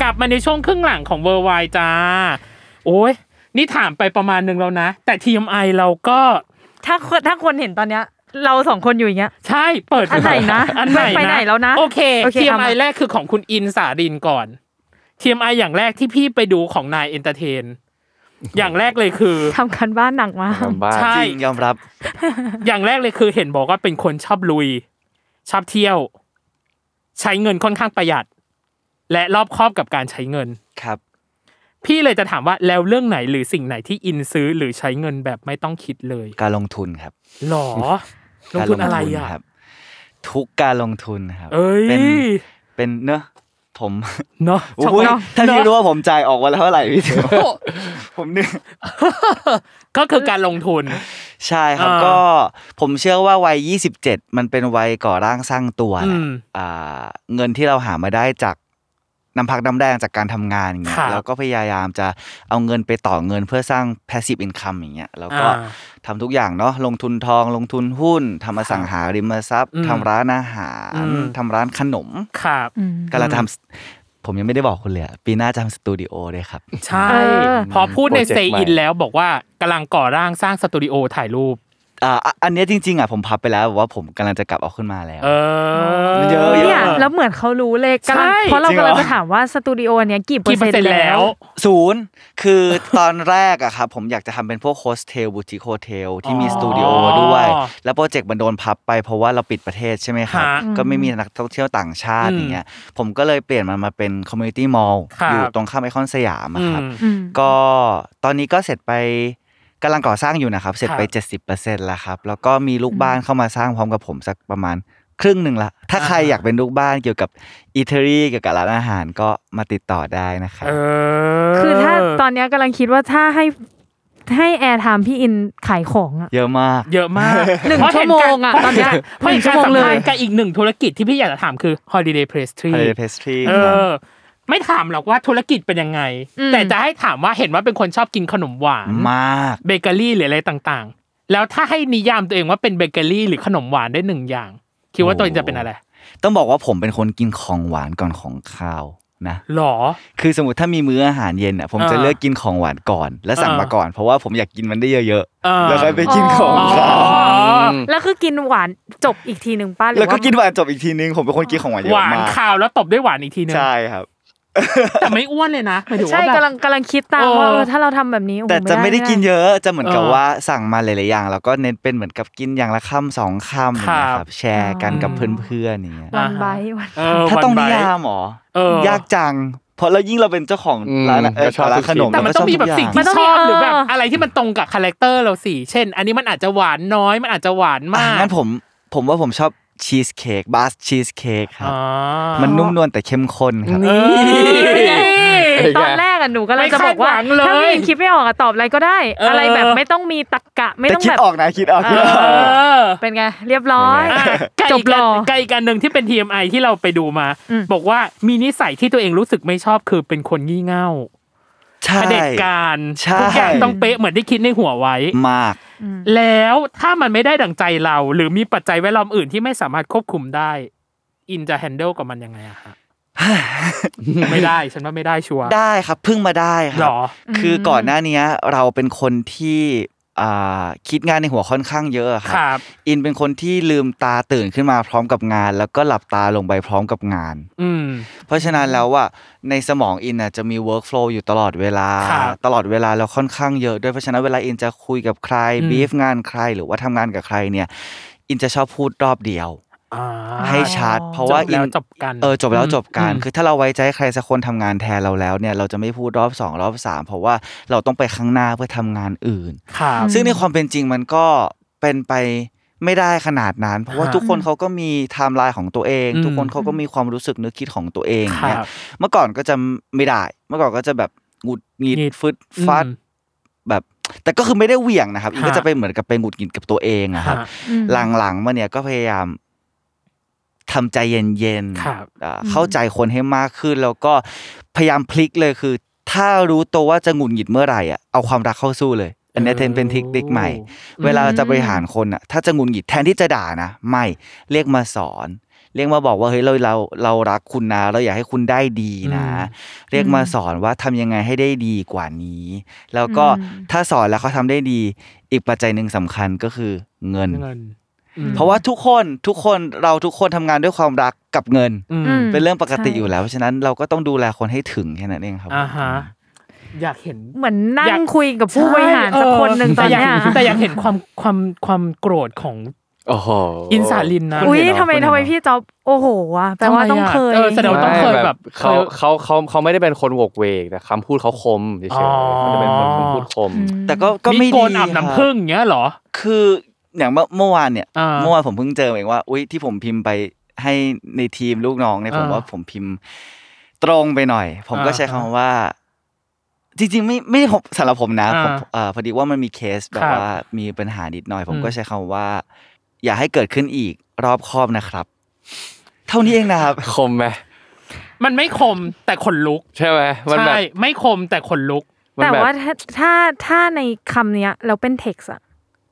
D: กลับมาในช่วงครึ่งหลังของเวอร์ไวจ้า โอ้ยนี่ถามไปประมาณหนึ่งแล้วนะ แต่ TMI เราก็
C: ถ้าคนถ้าคนเห็นตอนเนี้ย เราสองคนอยู่
E: (laughs)
C: อย่างเงี้ย
D: ใช่เปิด
C: อันไหนนะ
D: อันไหน
C: ไปไหนแล้วนะ
D: โอเค
C: โอเคเอามา
D: TMI แรกคือของคุณอินสาดินก่อน TMI อย่างแรกที่พี่ไปดูของนายเอนเตอร์เทน อย่างแรกเลยคือ
C: ทำกันบ้านหนักมาก
F: ทำบ้าน
D: ใช่
E: จริงยอมรับ
D: อย่างแรกเลยคือเห็นบอกว่าเป็นคนชอบลุย ชอบเที่ยว ใช้เงินค่อนข้างประหยัด และรอบคอบกับการใช้เงิน
E: ครับ
D: พี่เลยจะถามว่าแล้วเรื่องไหนหรือสิ่งไหนที่อินซื้อหรือใช้เงินแบบไม่ต้องคิดเลย
E: การลงทุนครับ
D: หรอลงทุนอะไรอ่ะ
E: การลงทุนครับ ทุกการลงทุนครับ
D: เอ้ย
E: เป็นเป็นเนอะผม
D: เนาะ
E: อุ้ยถ้าพี่รู้ว่าผมจ่ายออกวันละเท่าไหร่พี่ถึงผมเนี่ย
D: ก็คือการลงทุน
E: ใช่ครับ
D: อ่า
E: ก็ผมเชื่อว่าวัย 27 มันเป็นวัยก่อร่างสร้างตัว
D: อื
E: แหละ
D: ม
E: อ่าเงินที่เราหามาได้จากน้ำพักน้ำแรงจากการทำงานอย่างเงี้
D: ครั
E: ย
D: บ
E: เราก็พยายามจะเอาเงินไปต่อเงินเพื่อสร้าง passive income อย่างเงี้ยแล้วก็
D: อ่า
E: ทำทุกอย่างเนาะลงทุนทองลงทุนหุ้นทำอสังหาริมทรัพย์
D: อืม
E: ทำร้านอาหา
D: อื
E: ร
D: ม
E: ทำร้านขนม
D: ครับ
E: กำลังทำผมยังไม่ได้บอกคุณเลยอะปีหน้าจะทำสตูดิโอด้วยครับ (laughs)
D: ใช่ พอพูดใน
F: โปรเจก
D: s เ a
F: ต์ใหม่
D: อินแล้วบอกว่ากำลังก่อร่างสร้างสตูดิโอถ่ายรูป
E: อ่าอ่ะอันเนี้ยจริง ๆอ่ะผมพับไปแล้วแบบว่าผมกำลังจะกลับเอาขึ้นมาแล้ว
D: เออ
E: มันเยอะ
C: เนี่ยแล้วเหมือนเขารู้เลยกำลัง
D: ใช่
C: เพราะเรา
E: จริงเห
C: กำ
E: รอ
C: ลังจะถามว่าสตูดิโอเนี้ยกี่เปอ
D: กี่
C: ร์
D: เปอร์
C: เซ็
D: เซ็
C: นต์
D: นต์
C: แล้
D: แล้ว ว
E: ศูนย์คือ
D: (laughs)
E: ตอนแรกอะครับผมอยากจะทำเป็นพวกโฮสเทลบูติ e โฮเทลที่มีสตูดิโอด้วย แล้วโปรเจกต์มันโดนพับไปเพราะว่าเราปิดประเทศใช่ไหมครับ
D: ฮะ
E: ก็ไม่มีนักท่องเที่ยวต่างชาติ
D: อืม
E: อย่างเงี้ยผมก็เลยเปลี่ยนมันมาเป็นคอมมูนิตี้มอลล์
D: ครับ
E: อยู่ตรงข้ามไอคอนสยาม
D: อื
E: อะค
D: ม
E: รับ ก็ตอนนี้ก็เสร็จไปกำลังก่อสร้างอยู่นะครับ เสร็จไป
D: ครับ
E: 70%แล้วครับ แล้วก็มีลูกบ้านเข้ามาสร้างพร้อมกับผมสักประมาณครึ่งหนึ่งละถ้าใครอยากเป็นลูกบ้านเกี่ยวกับอีเทอรี่เกี่ยวกับร้านอาหารก็มาติดต่อได้นะครับ
D: เออ
C: คือถ้าตอนเนี้ยกำลังคิดว่าถ้าให้ให้แอร์ไทม์พี่อินขายของอะ
E: เยอะมาก
D: เยอะมาก
C: หนึ่ง
D: เพรา
C: ชั่วโมงอะ
D: เห็
C: ตอนเนี้ย
D: เพราะเห็นการ
C: หนึ่งชั่วโม
D: สั
C: ง
D: ม
C: เลย
D: ภาษณ์กับอีกหนึ่งธุรกิจที่พี่อยากจะถามคือ holiday pastry
E: Holiday Pastry
D: เอ
E: ครับ
D: อ ไม่ถามหรอกว่าธุรกิจเป็นยังไง
C: อืม
D: แต่จะให้ถามว่าเห็นว่าเป็นคนชอบกินขนมหวาน
E: มาก
D: เบเกอรี่หรืออะไรต่างๆ แล้วถ้าให้นิยามตัวเองว่าเป็นเบเกอรี่หรือขนมหวานได้หนึ่งอย่าง คิดว่าตัวเองจะเป็นอะไร
E: ต้องบอกว่าผมเป็นคนกินของหวานก่อนของข้าวนะ
D: หรอ
E: คือสมมติถ้ามีมื้ออาหารเย็นอ่ะผมจะ
D: อ่า
E: เลือกกินของหวานก่อน และสั่ง
D: อ่าม
E: มาก่อน เพราะว่าผมอยากกินมันได้เยอะ
D: อ่า
E: ๆแล้วค่อยไปกินของ
D: อ๋อ
E: ข้าว
C: แล้วคือกินหวานจบอีกทีหนึ่งป้าหรือ
E: แล้วก็
C: า
E: กินหวานจบอีกทีนึงผมเป็นคนกินของหวาน
D: ห
E: เยอะ
D: วาน
E: มาก
D: ขาวแล้วตบด้วยหวานอีกทีนึง
E: ใช่ครับ
D: แต่ไม่อ้วนเลยนะหมายถึง
C: ใช่
D: ว่าแบบ
C: กำลังกำลังคิดตาม
D: เออ
C: ว่าเออถ้าเราทำแบบนี้โอ้โห
E: แต่จะไม่ได้กิน
C: ม่
E: เยอะจะเหมือนกับ
D: เออ
E: ว่าสั่งมาหลายๆอย่าง แล้วก็เน้นเป็นเหมือนกับกินอย่างละคำสองคำอย่างเงี้
D: ค
E: ย
D: รับ
E: ครับ แชร์กันกับเพื่อนๆอย่างเงี้ย
C: วันไบท์วัน
D: เออ
E: ถ้าต้องนิ
D: วันไบท์
E: ยามเหรอ
D: เออ
E: ยากจังเพราะแล้วยิ่งเราเป็นเจ้าของ
F: อืม
E: ร้านอะเออ
F: ก็ชอบ
E: ร้า
F: ทุ
E: นข
F: ก
E: นม
F: สิ่ง
D: แต่มัน
E: เราก็
D: ต้องมี
E: ช
D: แบบ
E: ทุก
D: สิ่ง
E: อย่า
C: มัน
D: ที่
C: ต้
D: ช
C: องมี
D: อบหรื
C: เอ
D: อ
C: อ
D: แบบอะไรที่มันตรงกับคาแรคเตอร์เราสิเช่น อันนี้มันอาจจะหวานน้อยมันอาจจะหวาน
E: อ่ะ
D: มาก
E: งั้นผมผมว่าผมชอบชีสเค้กบาสชีสเค้กครับ
D: อ๋อ
E: มันนุ่มนวลแต่เข้มข้นครับ
D: นี่
F: อะไรอย่าง
C: ตอ
F: เงี้
C: น
F: ย
C: แรกอะหนูก็เลยจะบอกว่า
D: ไม่คาดหวังเลย
C: ถ้าพี่คิดไม่ออกอะตอบอะไรก็ได้
D: เอออ
C: อะไรแบบไม่ต้องมีตรรกะไม่
E: แต่
C: ต้อง
E: คิด
C: แบบ
E: ออกนะคิดออกคิด
D: เอ
E: ออก
D: อ
C: เป็นไงเรียบร้อย
D: อ่ะไกล
C: จบหล่อ
D: ไกลกันหนึ่งที่เป็น TMI ที่เราไปดูมา
C: อืม
D: บอกว่ามีนิสัยที่ตัวเองรู้สึกไม่ชอบคือเป็นคนงี่เง่า
E: ใช่
D: เผด็จการ
E: ใช่
D: ทุกอย่างต้องเป๊ะเหมือนที่คิดในหัวไว้
E: มาก
D: แล้วถ้ามันไม่ได้ดั่งใจเรา หรือมีปัจจัยแวดล้อมอื่นที่ไม่สามารถควบคุมได้ อินจะแฮนเดิลกับมันยังไงอะฮะ ไม่
E: (laughs)
D: ได้ฉันว่าไม่ได้ชัวร์
E: ได้ครับเพึ่งมาได้ค
D: หร
E: รับ
D: อ
E: คือก่อนหน้าเนี้ยเราเป็นคนที่อ่าคิดงานในหัวค่อนข้างเยอะอะ
D: ค
E: ค
D: รับ รับ
E: อินเป็นคนที่ลืมตาตื่นขึ้นมาพร้อมกับงาน แล้วก็หลับตาลงไปพร้อมกับงาน
D: อืม
E: เพราะฉะนั้นแล้วว่าในสมองอินน่ะจะมี workflow อยู่ตลอดเวลา
D: ครับ
E: ตลอดเวลาแล้วค่อนข้างเยอะด้วยเพราะฉะนั้นเวลาอินจะคุยกับใคร
D: อืม
E: บีฟงานใครหรือว่าทำงานกับใครเนี่ย อินจะชอบพูดรอบเดียว
D: อ่า
E: ให้ชัดเพราะว่า
D: จบแล้ว
E: อิ
D: จบกัน
E: เออจบแล้ว
D: อืม
E: จบกัน
D: อืม
E: คือถ้าเราไว้ใจใครสักคนทำงานแทนเราแล้วเนี่ยเราจะไม่พูดรอบสองรอบสามเพราะว่าเราต้องไปข้างหน้าเพื่อทำงานอื่น
D: ครับ
E: ซึ่งในความเป็นจริงมันก็เป็นไปไม่ได้ขนาดนั้น เพราะว่า
D: ฮะ
E: ทุกคนเขาก็มีไทม์ไลน์ของตัวเอง
D: อืม
E: ทุกคนเขาก็มีความรู้สึกนึกคิดของตัวเอง
D: ค
E: เนี่
D: รั
E: ย
D: บ
E: เมื่อก่อนก็จะไม่ได้ เมื่อก่อนก็จะแบบหงุดหงิด
D: หงิด
E: ฟึดฟัด
D: อืม
E: แบบ แต่ก็คือไม่ได้เหวี่ยงนะครับอีกก็
D: ฮะ
E: จะไปเหมือนกับไปหงุดหงิดกับตัวเองอะครับ หลังๆมาเนี่ยก็พยายามทำใจเย็น
D: ครับ
E: ๆอ่าเข้าใจคนให้มากขึ้น แล้วก็พยายามพลิกเลยคือ ถ้ารู้ตัวว่าจะหงุดหงิดเมื่อไหร่อ่ะเอาความรักเข้าสู้เลย อันเนี้ยเทรนเป็นเทคนิคใหม่ เวลาเราจะบริหารคนอ่ะถ้าจะหงุดหงิดแทนที่จะด่านะ ไม่เรียกมาสอน เรียกมาบอกว่าเฮ้ยเราเราเรารักคุณนะเราอยากให้คุณได้ดีนะ
D: อืม
E: เรียกมาสอนว่าทำยังไงให้ได้ดีกว่านี้ แล้วก็ถ้าสอนแล้วเขาทำได้ดี อีกปัจจัยหนึ่งสำคัญก็คือเงิน
D: เงิน
E: เพราะว่าทุกคนทุกคนเราทุกคนทำงานด้วยความรักกับเงิน
D: อืม
C: อืม
E: เป็นเรื่องปกติ
C: ใช่
E: อยู่แล้วเพราะฉะนั้นเราก็ต้องดูแลคนให้ถึงแค่นั้นเองครับ
D: อ่าฮะอยากเห็น
C: เหมือนนั่งคุยกับผู้บริหารสักคนหนึ่งตอนเนี้ย
D: แแต่อยากเห็นความความความโกรธของ
F: โอ้โห
D: อินสาลินนะ
C: อุ้ย
F: เห็นเหรอ
C: ทำไม
F: คุณเห็นเหรอ
C: ทำไมพี่จ๊อบโอ้โหวะแปลว่าต้องเคย
D: เออแสดงว่าต้องเคย
F: ไม่
D: แบบเค
F: เขา
D: ย
F: เขาเขาเขาไม่ได้เป็นคนโวกเวกแต่คำพูดเขาคมเฉย
D: อ๋อ
F: ๆเขาจะเป็นคนคำพูดคม
E: แต่ก็ก็ไม่
D: โกน
E: ดี
D: อาบน้ำผึ้งอย่างเงี้ยเหรอ
E: คืออย่างเมื่อเมื่อวานเนี่ย
D: อ่า
E: เมื่อวานผมเพิ่งเจอเองว่าอุ้ยที่ผมพิมพ์ไปให้ในทีมลูกน้องเนี่ยผม
D: อ่า
E: ว่าผมพิมพ์ตรงไปหน่อย ผมก็
D: อ่า
E: ใช้คำว่า จริงๆ ไม่ไม่ผมสำหรับผมนะ
D: อ่า
E: ผมเอ่อพอดีว่ามันมีเคสแบ
D: ค
E: บ
D: รับ
E: ว่ามีปัญหานิดหน่อย ผม
D: อืม
E: ก็ใช้คำว่า อย่าให้เกิดขึ้นอีกรอบคอบนะครับ เท่านี้เองนะครับ
F: คมไหม
D: มันไม่คมแต่ขนลุก
F: ใช่ไหมมันแบ
D: ใช่
F: บ
D: ไม่คมแต่ขนลุก
F: มัน
C: แต่
F: บบ
C: ว่าถ้าถ้าถ้าในคำเนี้ยแล้วเป็นเท็กซ์อะ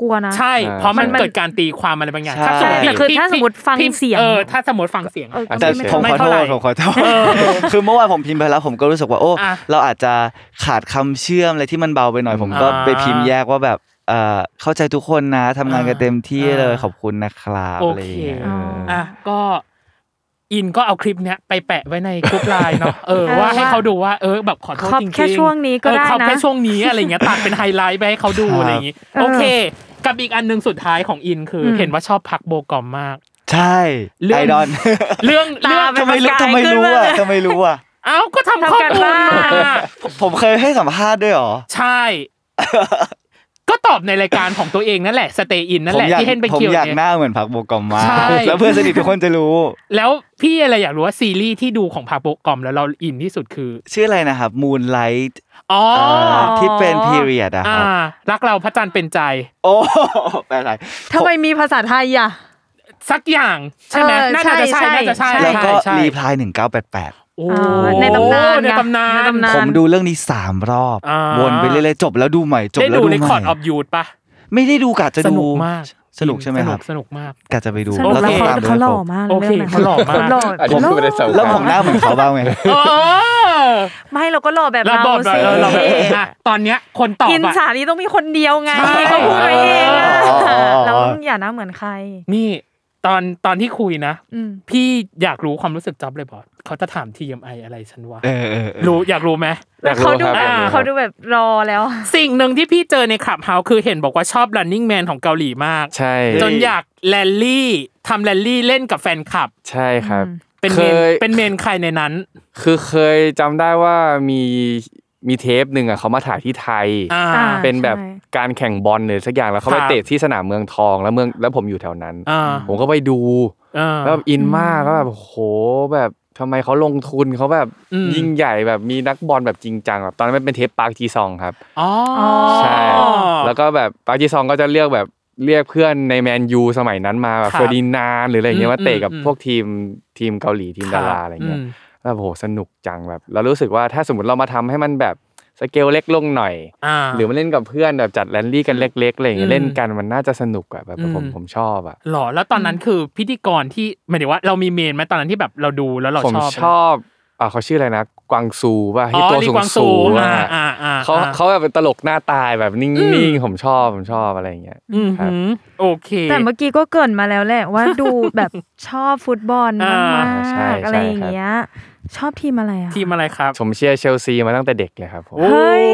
C: กลัวนะ
D: ใช่
F: อ่า
D: เพราะมัน
C: มัน
D: เกิดการตีความอะไรบางอย่าง
E: ใช่
D: ถ้าสม
C: แต่
D: มติ
C: คือ
D: พี่
C: ถ้าสมมุติฟัง
D: พี่
C: เสียง
D: เออถ้าสมมติฟังเสียง
C: เออ
E: แต่
C: ก็ไม่
F: โค
E: ผม
D: ไม่
E: ขอโท
D: เท่าไหร่
E: ษผมขอโทษ (laughs) คือเมื่อวานผมพิมพ์ไปแล้วผมก็รู้สึกว่าโอ้
D: อ่ะ
E: เราอาจจะขาดคำเชื่อมอะไรที่มันเบาไปหน่อย ผมก็
D: อ่า
E: ไปพิมพ์แยกว่าแบบเอ่อเข้าใจทุกคนนะทำงานกันเต็มที่
D: อ่า
E: เลยขอบคุณนะครับ
D: โอ
E: อะไร
D: เค
E: อย่างเงี้ย
C: อ๋อ
D: อ่ะก็อินก็เอาคลิปเนี้ยไปแปะไว้ในกรุ๊ปไลน์เนาะเออ
C: เออ
D: ว่าให้เขาดูว่าเออแบบขอโทษ
C: ครับ
D: จริงๆ
C: แค่ช่วงนี้ก็ได้นะ
D: เออครับแค่ช่วงนี้อะไร
C: (laughs)
D: เงี้ยตัดเป็นไฮไลท์ไปให้เขาดู
E: ครับ
D: อะไรอย่างงี้โอเค กับอีกอันหนึ่งสุดท้ายของอินคืออเห็นว่าชอบพักโบกอมมาก
E: ใช่
D: เรื่อง
E: ไอดอน
D: เรื่องเรื่อง
E: ทำไมรู้ทำไมรู้อ่ะทำไม
D: (laughs)
E: รู้อ่ะ
D: เอ้าก็ทำข้อ
C: ทำการ
D: มูล
C: บ้าน
D: มา
E: ผมเคยให้สัมภาษณ์ด้วยเหรอ
D: ใช่ ก็ตอบในรายการของตัวเองนั่นแหละสเตย์อินนั่น
E: ผม
D: แหละ
E: อยาก
D: ที่เห็นไป
E: ผม
D: เคียว
E: อยาก
D: เนี่ย
E: หน้าเหมือนพักโบกอมมาก
D: ใช่
E: แล้วเพื่อนสนิททุกคนจะรู้
D: แล้วพี่อะไรอยากรู้ว่าซีรีส์ที่ดูของพาโปกอมแล้วเราอินที่สุดคือ
E: ชื่ออะไรนะครับมูนไลท์
D: อ๋อ
E: ที่เป็นพีเรียดอะ
D: อ่า
E: ครับ
D: รักเราพระจันทร์เป็นใจ
E: โอ้ (laughs) แปลอะไร
C: ทำไมมีภาษาไทยอ่ะ
D: สักอย่างใช่ไหม
C: เออ
D: น่าจะใช่
C: ใช่
D: น่าจะใช่
C: ใช่
E: แล้วก็
D: ใช่ใช่
E: รีพลายหนึ่งเก้าแปดแปด
D: โอ้
C: อ่าในตำนานไง
D: ในตำนาน
C: ในตำนาน
E: ผมดูเรื่องนี้สามรอบ
D: อ่า
E: วนไปเรื่อยๆจบแล้วดูใหม่จบ
D: ได้
E: แล้ว
D: ดู
E: ดู
D: ใน
E: ให
D: คอร์ดอ
E: ม่
D: อฟยูดปะ
E: ไม่ได้ดูกะจะ
D: ส
E: ดู
D: นุกมาก
E: สนุกใช่ไหมครับ
D: สนุกมาก
E: กะจะไปดู
C: สนุกแล้ว
E: ติด
C: เขา
E: ตาม
C: เขาหล่อ
E: ผม
C: มาก
D: โอเค
C: เรื่องนั้น
D: เขาหล่อมาก
C: เขาหล่อ
F: อันนี้คือไม่ได้สำคัญ
E: แล้วผมหน้าเหมือนเขาบ้างไหม
D: เออ
C: ไม่เราก็หล่อแบบ
D: เรา
C: เรา
D: บอกแบบ
C: สิ
D: เราเราอ่ะตอนเนี้ยคนตอบ
C: อิน
D: อ่ะ
C: สานี้ต้องมีคนเดียวไง
D: ใช่
C: เขาพูดไว้เองอะ
E: อ๋อ
C: เราอย่าหน้าเหมือนใคร
D: นี่ตอนตอนที่คุยนะ
C: อืม
D: พี่อยากรู้ความรู้สึกจ๊อบเลยบอกเขาจะถาม TMI อะไรฉันวะ
E: เออเออเออ
D: รู้อยากรู้ไหม
F: อยากรู้
C: เขาดู
F: ครับ
C: แบบ
F: อยากรู้ครับ
C: เขาดูแบบรอแล้วอะ
D: สิ่งหนึ่งที่พี่เจอในขับเฮาคือเห็นบอกว่าชอบ running man ของเกาหลีมาก
F: ใช่
D: จนอยากแรลลี่ทำแรลลี่เล่นกับแฟนคลับ
F: ใช่ครับ
D: เป็น
F: เค
D: เมน
F: ย
D: เป็นเมนใครในนั้น
F: คือเคยจำได้ว่ามีมีเทปหนึ่งอ่ะเขามาถ่ายที่ไทย
D: อ่า
C: อ่า
F: เป็นแบบ
C: ใช่
F: การแข่งบอลหรือสักอย่างแล้วเขาไป
D: ครับ
F: เตะที่สนามเมืองทองแล้วเมืองแล้วผมอยู่แถวนั้น
D: อ่า
F: ผมก็ไปดู
D: อ่า
F: แล้วแบบอินมากแล้วแบบโหแบบ ทำไมเขาลงทุนเขาแบบ
D: อืม
F: ยิ่งใหญ่แบบมีนักบอลแบบจริงจังแบบตอนนั้นมันเป็นเทปปาร์คจีซองครับ
D: อ๋อ
F: ใช่
D: อ๋อ
F: แล้วก็แบบปาร์คจีซองก็จะเรียกแบบเรียกเพื่อนในแมนยูสมัยนั้นมาแบบ
D: ครับ
F: เฟอร์ดินานด์หรืออะไรอย่างเงี้ย
D: อืม
F: มาเตะกับ
D: อืม
F: พวกทีมทีมเกาหลีทีมดาราอะไรเงี้ย
D: ม
F: แบบโหสนุกจังแบบเรารู้สึกว่าถ้าสมมติเรามาทำให้มันแบบสเกลเล็กลงหน่อย
D: อ่า
F: หรือมาเล่นกับเพื่อนแบบจัดแรนลี่กันเล็กๆอะไรอย่างเงี้
D: อื
F: ย
D: ม
F: เล่นกันมันน่าจะสนุกอะแบบ
D: อืม
F: ผมผมชอบอะ
D: หรอแล้วตอนนั้นคือพิธีกรที่หมายถึงว่าเรามีเมนไหมตอนนั้นที่แบบเราดูแล้วเรา
F: ผม
D: ชอบ
F: ชอบอ่าเขาชื่ออะไรนะ กวางซูป่ะที่ตัว
D: ลี
F: สู
D: ก
F: ง
D: วาง
F: สูงๆ
D: อ่า
F: อะ
D: อ่าอ่า
F: เขา
D: อ่
F: เขาแบบเป็นตลกหน้าตายแบบนิ่
D: อื
F: ง
D: ม
F: ๆผมชอบผมชอบอะไรอย่างเงี้ย
D: อืม
F: ครับ
D: โอเค
C: แต่เมื่อกี้ก็เกรินมาแล้วแหละว่าดูแบบ (laughs) ชอบฟุตบอลม
D: อ่า
F: ใช่
C: ากๆ
F: ใช่
C: อะไรอย่างเงี้ย ชอบทีมอะไรอ่ะ
D: ทีมอะไรครับ
F: ผมเชียร์เชลซีมาตั้งแต่เด็กเลยครับผม
D: โอ้
C: ย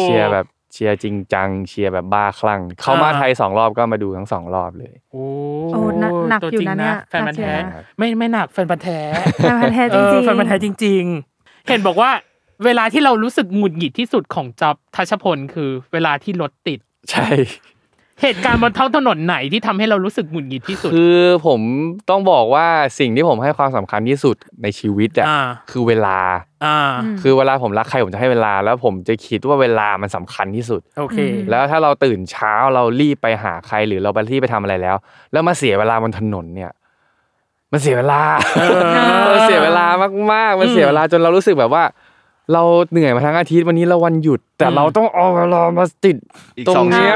F: เชียร์แบบเชียร์จริงจังเชียร์แบบบ้าคลั่งเขามา
D: อ่า
F: ไทยสองรอบก็มาดูทั้งสองรอบเลย
D: โอ้
C: โอ้หนักหนัก
D: ตัว
C: อยู่
D: จริง
C: นะเนี่ย
D: แฟนพัน
C: ห
D: ธุ์
C: นั
D: แท้
C: กอยู่นะ
D: ไม่ไม่หนักแฟนพันธุ์แท้
C: แฟนพันธุ์แท้จ
D: เออ
C: ริงๆ
D: แฟนพันธุ์แท้จริง ๆ เห็นบอกว่าเวลาที่เรารู้สึกหงุดหงิดที่สุดของจับทัชพลคือ เวลาที่รถติด
F: ใช่
D: เหตุการณ์บนท้องถนนไหนที่ทำให้เรารู้สึกหงุดหงิดที่สุด
F: คือผมต้องบอกว่าสิ่งที่ผมให้ความสำคัญที่สุดในชีวิตอ่ะ
D: อ่า
F: คือเวลา
D: อ่า
C: อืม
F: คือเวลาผมรักใครผมจะให้เวลา แล้วผมจะคิดว่าเวลามันสำคัญที่สุด
D: โอเค
F: แล้วถ้าเราตื่นเช้าเรารีบไปหาใครหรือเราไปรีบไปทำอะไรแล้ว แล้วมาเสียเวลาบนถนนเนี่ย มันเสียเวลามันเสียเวลามากๆ มันเสียเวลาจนเรารู้สึกแบบว่า เราเหนื่อยมาทั้งอาทิตย์วันนี้เราวันหยุด แต่
D: อืม
F: เราต้องเอาเวลามาติด
E: อีก
F: ตร
E: สอง ง
F: เนี้ย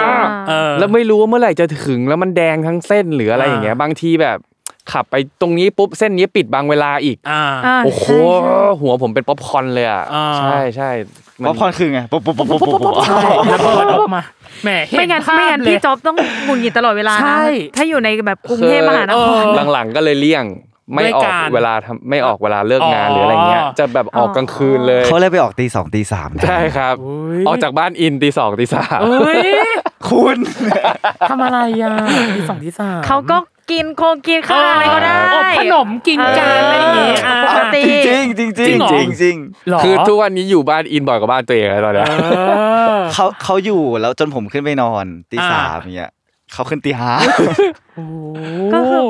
D: เออ
F: แล้วไม่รู้ว่าเมื่อไหร่จะถึงแล้วมันแดงทั้งเส้นหรืออะไรอย่างเงี้ยบางทีแบบ ขับไปตรงนี้ปุ๊บเส้นนี้ปิดบางเวลาอีก
D: อ่า
C: อ่า
F: โอ้โห
C: ใช่ใช่
F: หัวผมเป็นป๊อปคอร์นเลยอ่ะ
D: อ่า
F: ใช่ใช่มั
E: เพราะพรคือไงปุ๊บปุ๊บปุ๊บปุ๊บปุ๊บปุ๊บ
D: แล้วเปิดออกมาแหมเห็
C: ไม่
D: น
C: งั้น
D: ภา
C: ไม่
D: พ
C: งั้น
D: เลย
C: พี่จ๊อบต้องหงุดหงิดตลอดเวลา
D: ใช่
C: นะถ้าอยู่ในแบบกรุงเทพมหานคร
D: เออ
F: หลังๆก็เลยเลี่ยง ไม่อ
D: ด้
F: อก
D: วยการ
F: เวลาทำไม่ออกเวลาเลิกงาน
D: อ๋อ
F: หรืออะไรเงี้ยจะแบบออกกลางคืนเลย
E: เขาเลยไปออกตีสองตีสามนะ
F: ใช่ครับ ออกจากบ้านอินตีสองตีสาม
D: เอ้ย
E: คุณ
D: ทำอะไรอ่ะที่สองที่สาม
C: เขาก็กินโคงกินข้าวอะไรก็ได้
D: อบขนมกินกันอะไรอย่างงี้อ่า
C: ปกติ
E: จริงๆจ
D: จ
E: ริงๆ
D: ริงเหรอ
E: จริงจริงๆ
D: หรอ
F: คือทุกวันนี้อยู่บ้านอินบ่อยกว่าบ้านตัวเองแล้วตอนเนี้ย
D: เออ
E: เขาเขาอยู่แล้วจนผมขึ้นไปนอนตี
D: อ่า
E: สามเงี้ยเขาขึ้นตีห้า
C: ก็คือ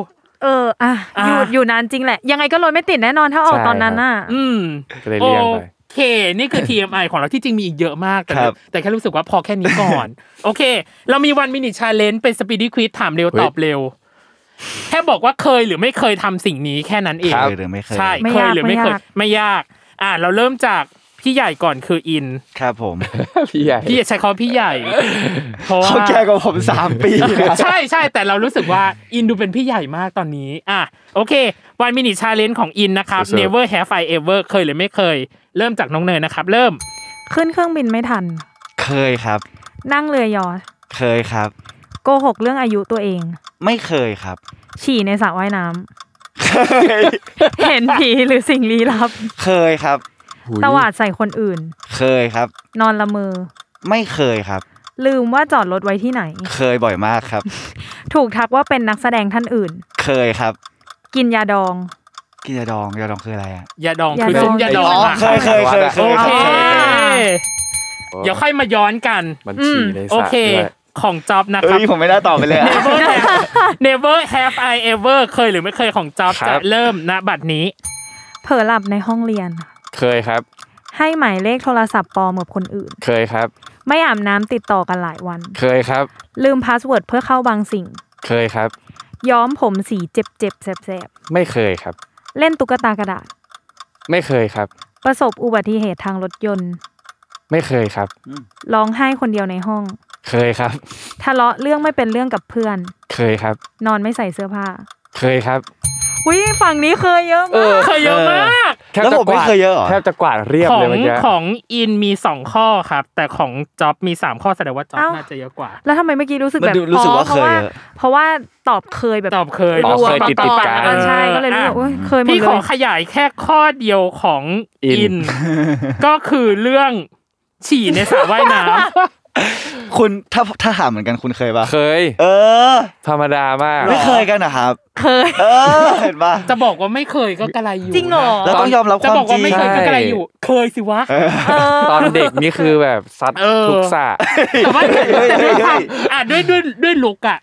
C: เอออ่ะ
D: อ่ะ
C: อยู่อยู่นานจริงแหละ ยังไงก็รถไม่ติดแน่นอนถ้าออก
F: ใช่
C: ตอนนั้นน่ะ
D: อืม
F: ก็เลยเลี่ยงไป
D: โอเค นี่คือ TMI ของเราที่จริงมีอีกเยอะมาก แต่
E: ครับ
D: แต่แค่รู้สึกว่าพอแค่นี้
F: (laughs)
D: ก่อน โอเค เรามีวันมินิชาเลน g ์เป็นสปีด q ควิ z ถามเร็ว
F: เฮ้ย
D: ตอบเร็ว แค่บอกว่าเคยหรือไม่เคยทำสิ่งนี้แค่นั้นเอง
E: เคยหรือไม่เคย
D: ใช่
C: ไม่
D: เคย
C: ยาก
D: หรือไม่เคย
C: ไม่ยาก
D: ไม่ยาก อ่ะเราเริ่มจากพี่ใหญ่ก่อนคืออิน
E: ครับผม
F: พี่ใหญ่
D: พี่ใหญ่ใช้คำว่าพี่ใหญ่เพราะ
E: เขา
D: ว่า
E: แก่กว่าผมสามปีนะ
D: ใช่ใช่แต่เรารู้สึกว่าอินดูเป็นพี่ใหญ่มากตอนนี้ อ่ะโอเควันมินิชาเลนจ์ของอินนะครับ
F: สู้ๆ
D: never have I ever เคยหรือไม่เคย เริ่มจากน้องเนยนะครับ เริ่ม
C: ขึ้นเครื่องบินไม่ทัน
E: เคยครับ
C: นั่งเรือยอชต์
E: เคยครับ
C: โกหกเรื่องอายุตัวเอง
E: ไม่เคยครับ
C: ฉี่ในสระว่ายน้ำ
D: (laughs)
C: เห็นผีหรือสิ่งลี้ลับ
E: เคยครับ
F: หูย
C: ตวาดใส่คนอื่น
E: เคยครับ
C: นอนละเมอ
E: ไม่เคยครับ
C: ลืมว่าจอดรถไว้ที่ไหน
E: เคยบ่อยมากครับ
C: ถูกทักว่าเป็นนักแสดงท่านอื่น
E: เคยครับ
C: กินยาดอง
E: กินยาดองยาดองคืออะไรอ่ะ
D: ยาดอง
C: ยา
D: คือ
C: ดอง
D: ซุ้มยาดอง
E: อ๋อ
D: อะ
E: เคยเคยเคยเค
D: โอย
E: ค
D: เครับ
E: เคยครับ
D: เดี๋ยวค่อยมาย้อนกัน
F: มันฉี่ในส
D: โอ
F: ระ
D: เค
F: ด้วย
D: ของจ๊อบนะค
E: เอ้
D: รับ
E: ยผมไม่ได้ตอบไปเลยอะ
D: (laughs) never have I ever เคยหรือไม่เคยของจ๊อบ
F: ครับ
D: จะเริ่มณบัดนี้
C: เผลอหลับในห้องเรียน
F: เคยครับ
C: ให้หมายเลขโทรศัพท์ปลอมกับคนอื่น
F: เคยครับ
C: ไม่อาบน้ำติดต่อกันหลายวัน
F: เคยครับ
C: ลืมพาสเวิร์ดเพื่อเข้าบางสิ่ง
F: เคยครับ
C: ย้อมผมสีเจ็บเจ็บๆแสบ
F: ไม่เคยครับ
C: ๆเล่นตุ๊กตากระดาษ
F: ไม่เคยครับ
C: ประสบอุบัติเหตุทางรถยนต์
F: ไม่เคยครับ
C: ร้องไห้คนเดียวในห้อง
F: เคยครับ
C: ทะเลาะเรื่องไม่เป็นเรื่องกับเพื่อน
F: เคยครับ
C: นอนไม่ใส่เสื้อผ้า
F: เคยครับ
C: อุ้ยฝั่งนี้เคยเยอะมาก
D: เคยเยอะมาก
F: ทบ
E: แล้ว
F: จะ
E: ผม
F: กาด
E: ไม่เคยเยอะเหรอ
F: แทบจะกวาดเรียบ
D: ขอ
F: เลย
D: ง
F: เมื่อกี้
D: ของอินมีสองข้อครับ แต่ของจ๊อบมีสามข้อแสดงว่าจ๊อบ
C: เอ้า
D: น่าจะเยอะกว่า
C: แล้วทำไมเมื่อกี้รู้สึก
E: มัน
C: แบบ
E: ดูรู้สึกว่า
C: อ๋อ
E: เคยเยอะ
C: เพราะว่าเพราะว่าตอบเคยแบบ
D: ตอบเคย
F: อ๋อเคยติดติดๆกัน
D: เออ
C: ใช่ก็เลยรู้สึกว่าอุ๊ยเคยหมด
D: พี่
C: เล
D: ขอย ขยายแค่ข้อเดียวของ
F: อิน
D: อิน ก็คือเรื่องฉี่ในสระว่ายน้
E: คุณถ้าถ้าถามเหมือนกันคุณเคยปะ
F: เคย
E: เออ
F: ธรรมดามาก
E: ไม่เคยกันนะครับ
C: เคย
E: เออเห็นปะ
D: ำจะบอกว่าไม่เคยก็กระไรอยู่
C: จริงเหรอ
E: แล้วต้องยอมรับค
D: จะ
E: วาม
D: บอก
E: จ
D: ว่า
E: ริง
D: ไม่เคย
F: ใช่
D: ก็กระไรอยู่ เคยสิวะ
F: ตอนเด็กนี่คือแบบซัด
D: เออ
F: ทุกสระ
D: แต่ว่าแต่
E: เฮ้ย
D: ด้วย
E: เฮ้ยเฮ้ย
D: ความอ่ะด้วยด้วยด้วยลุกอะ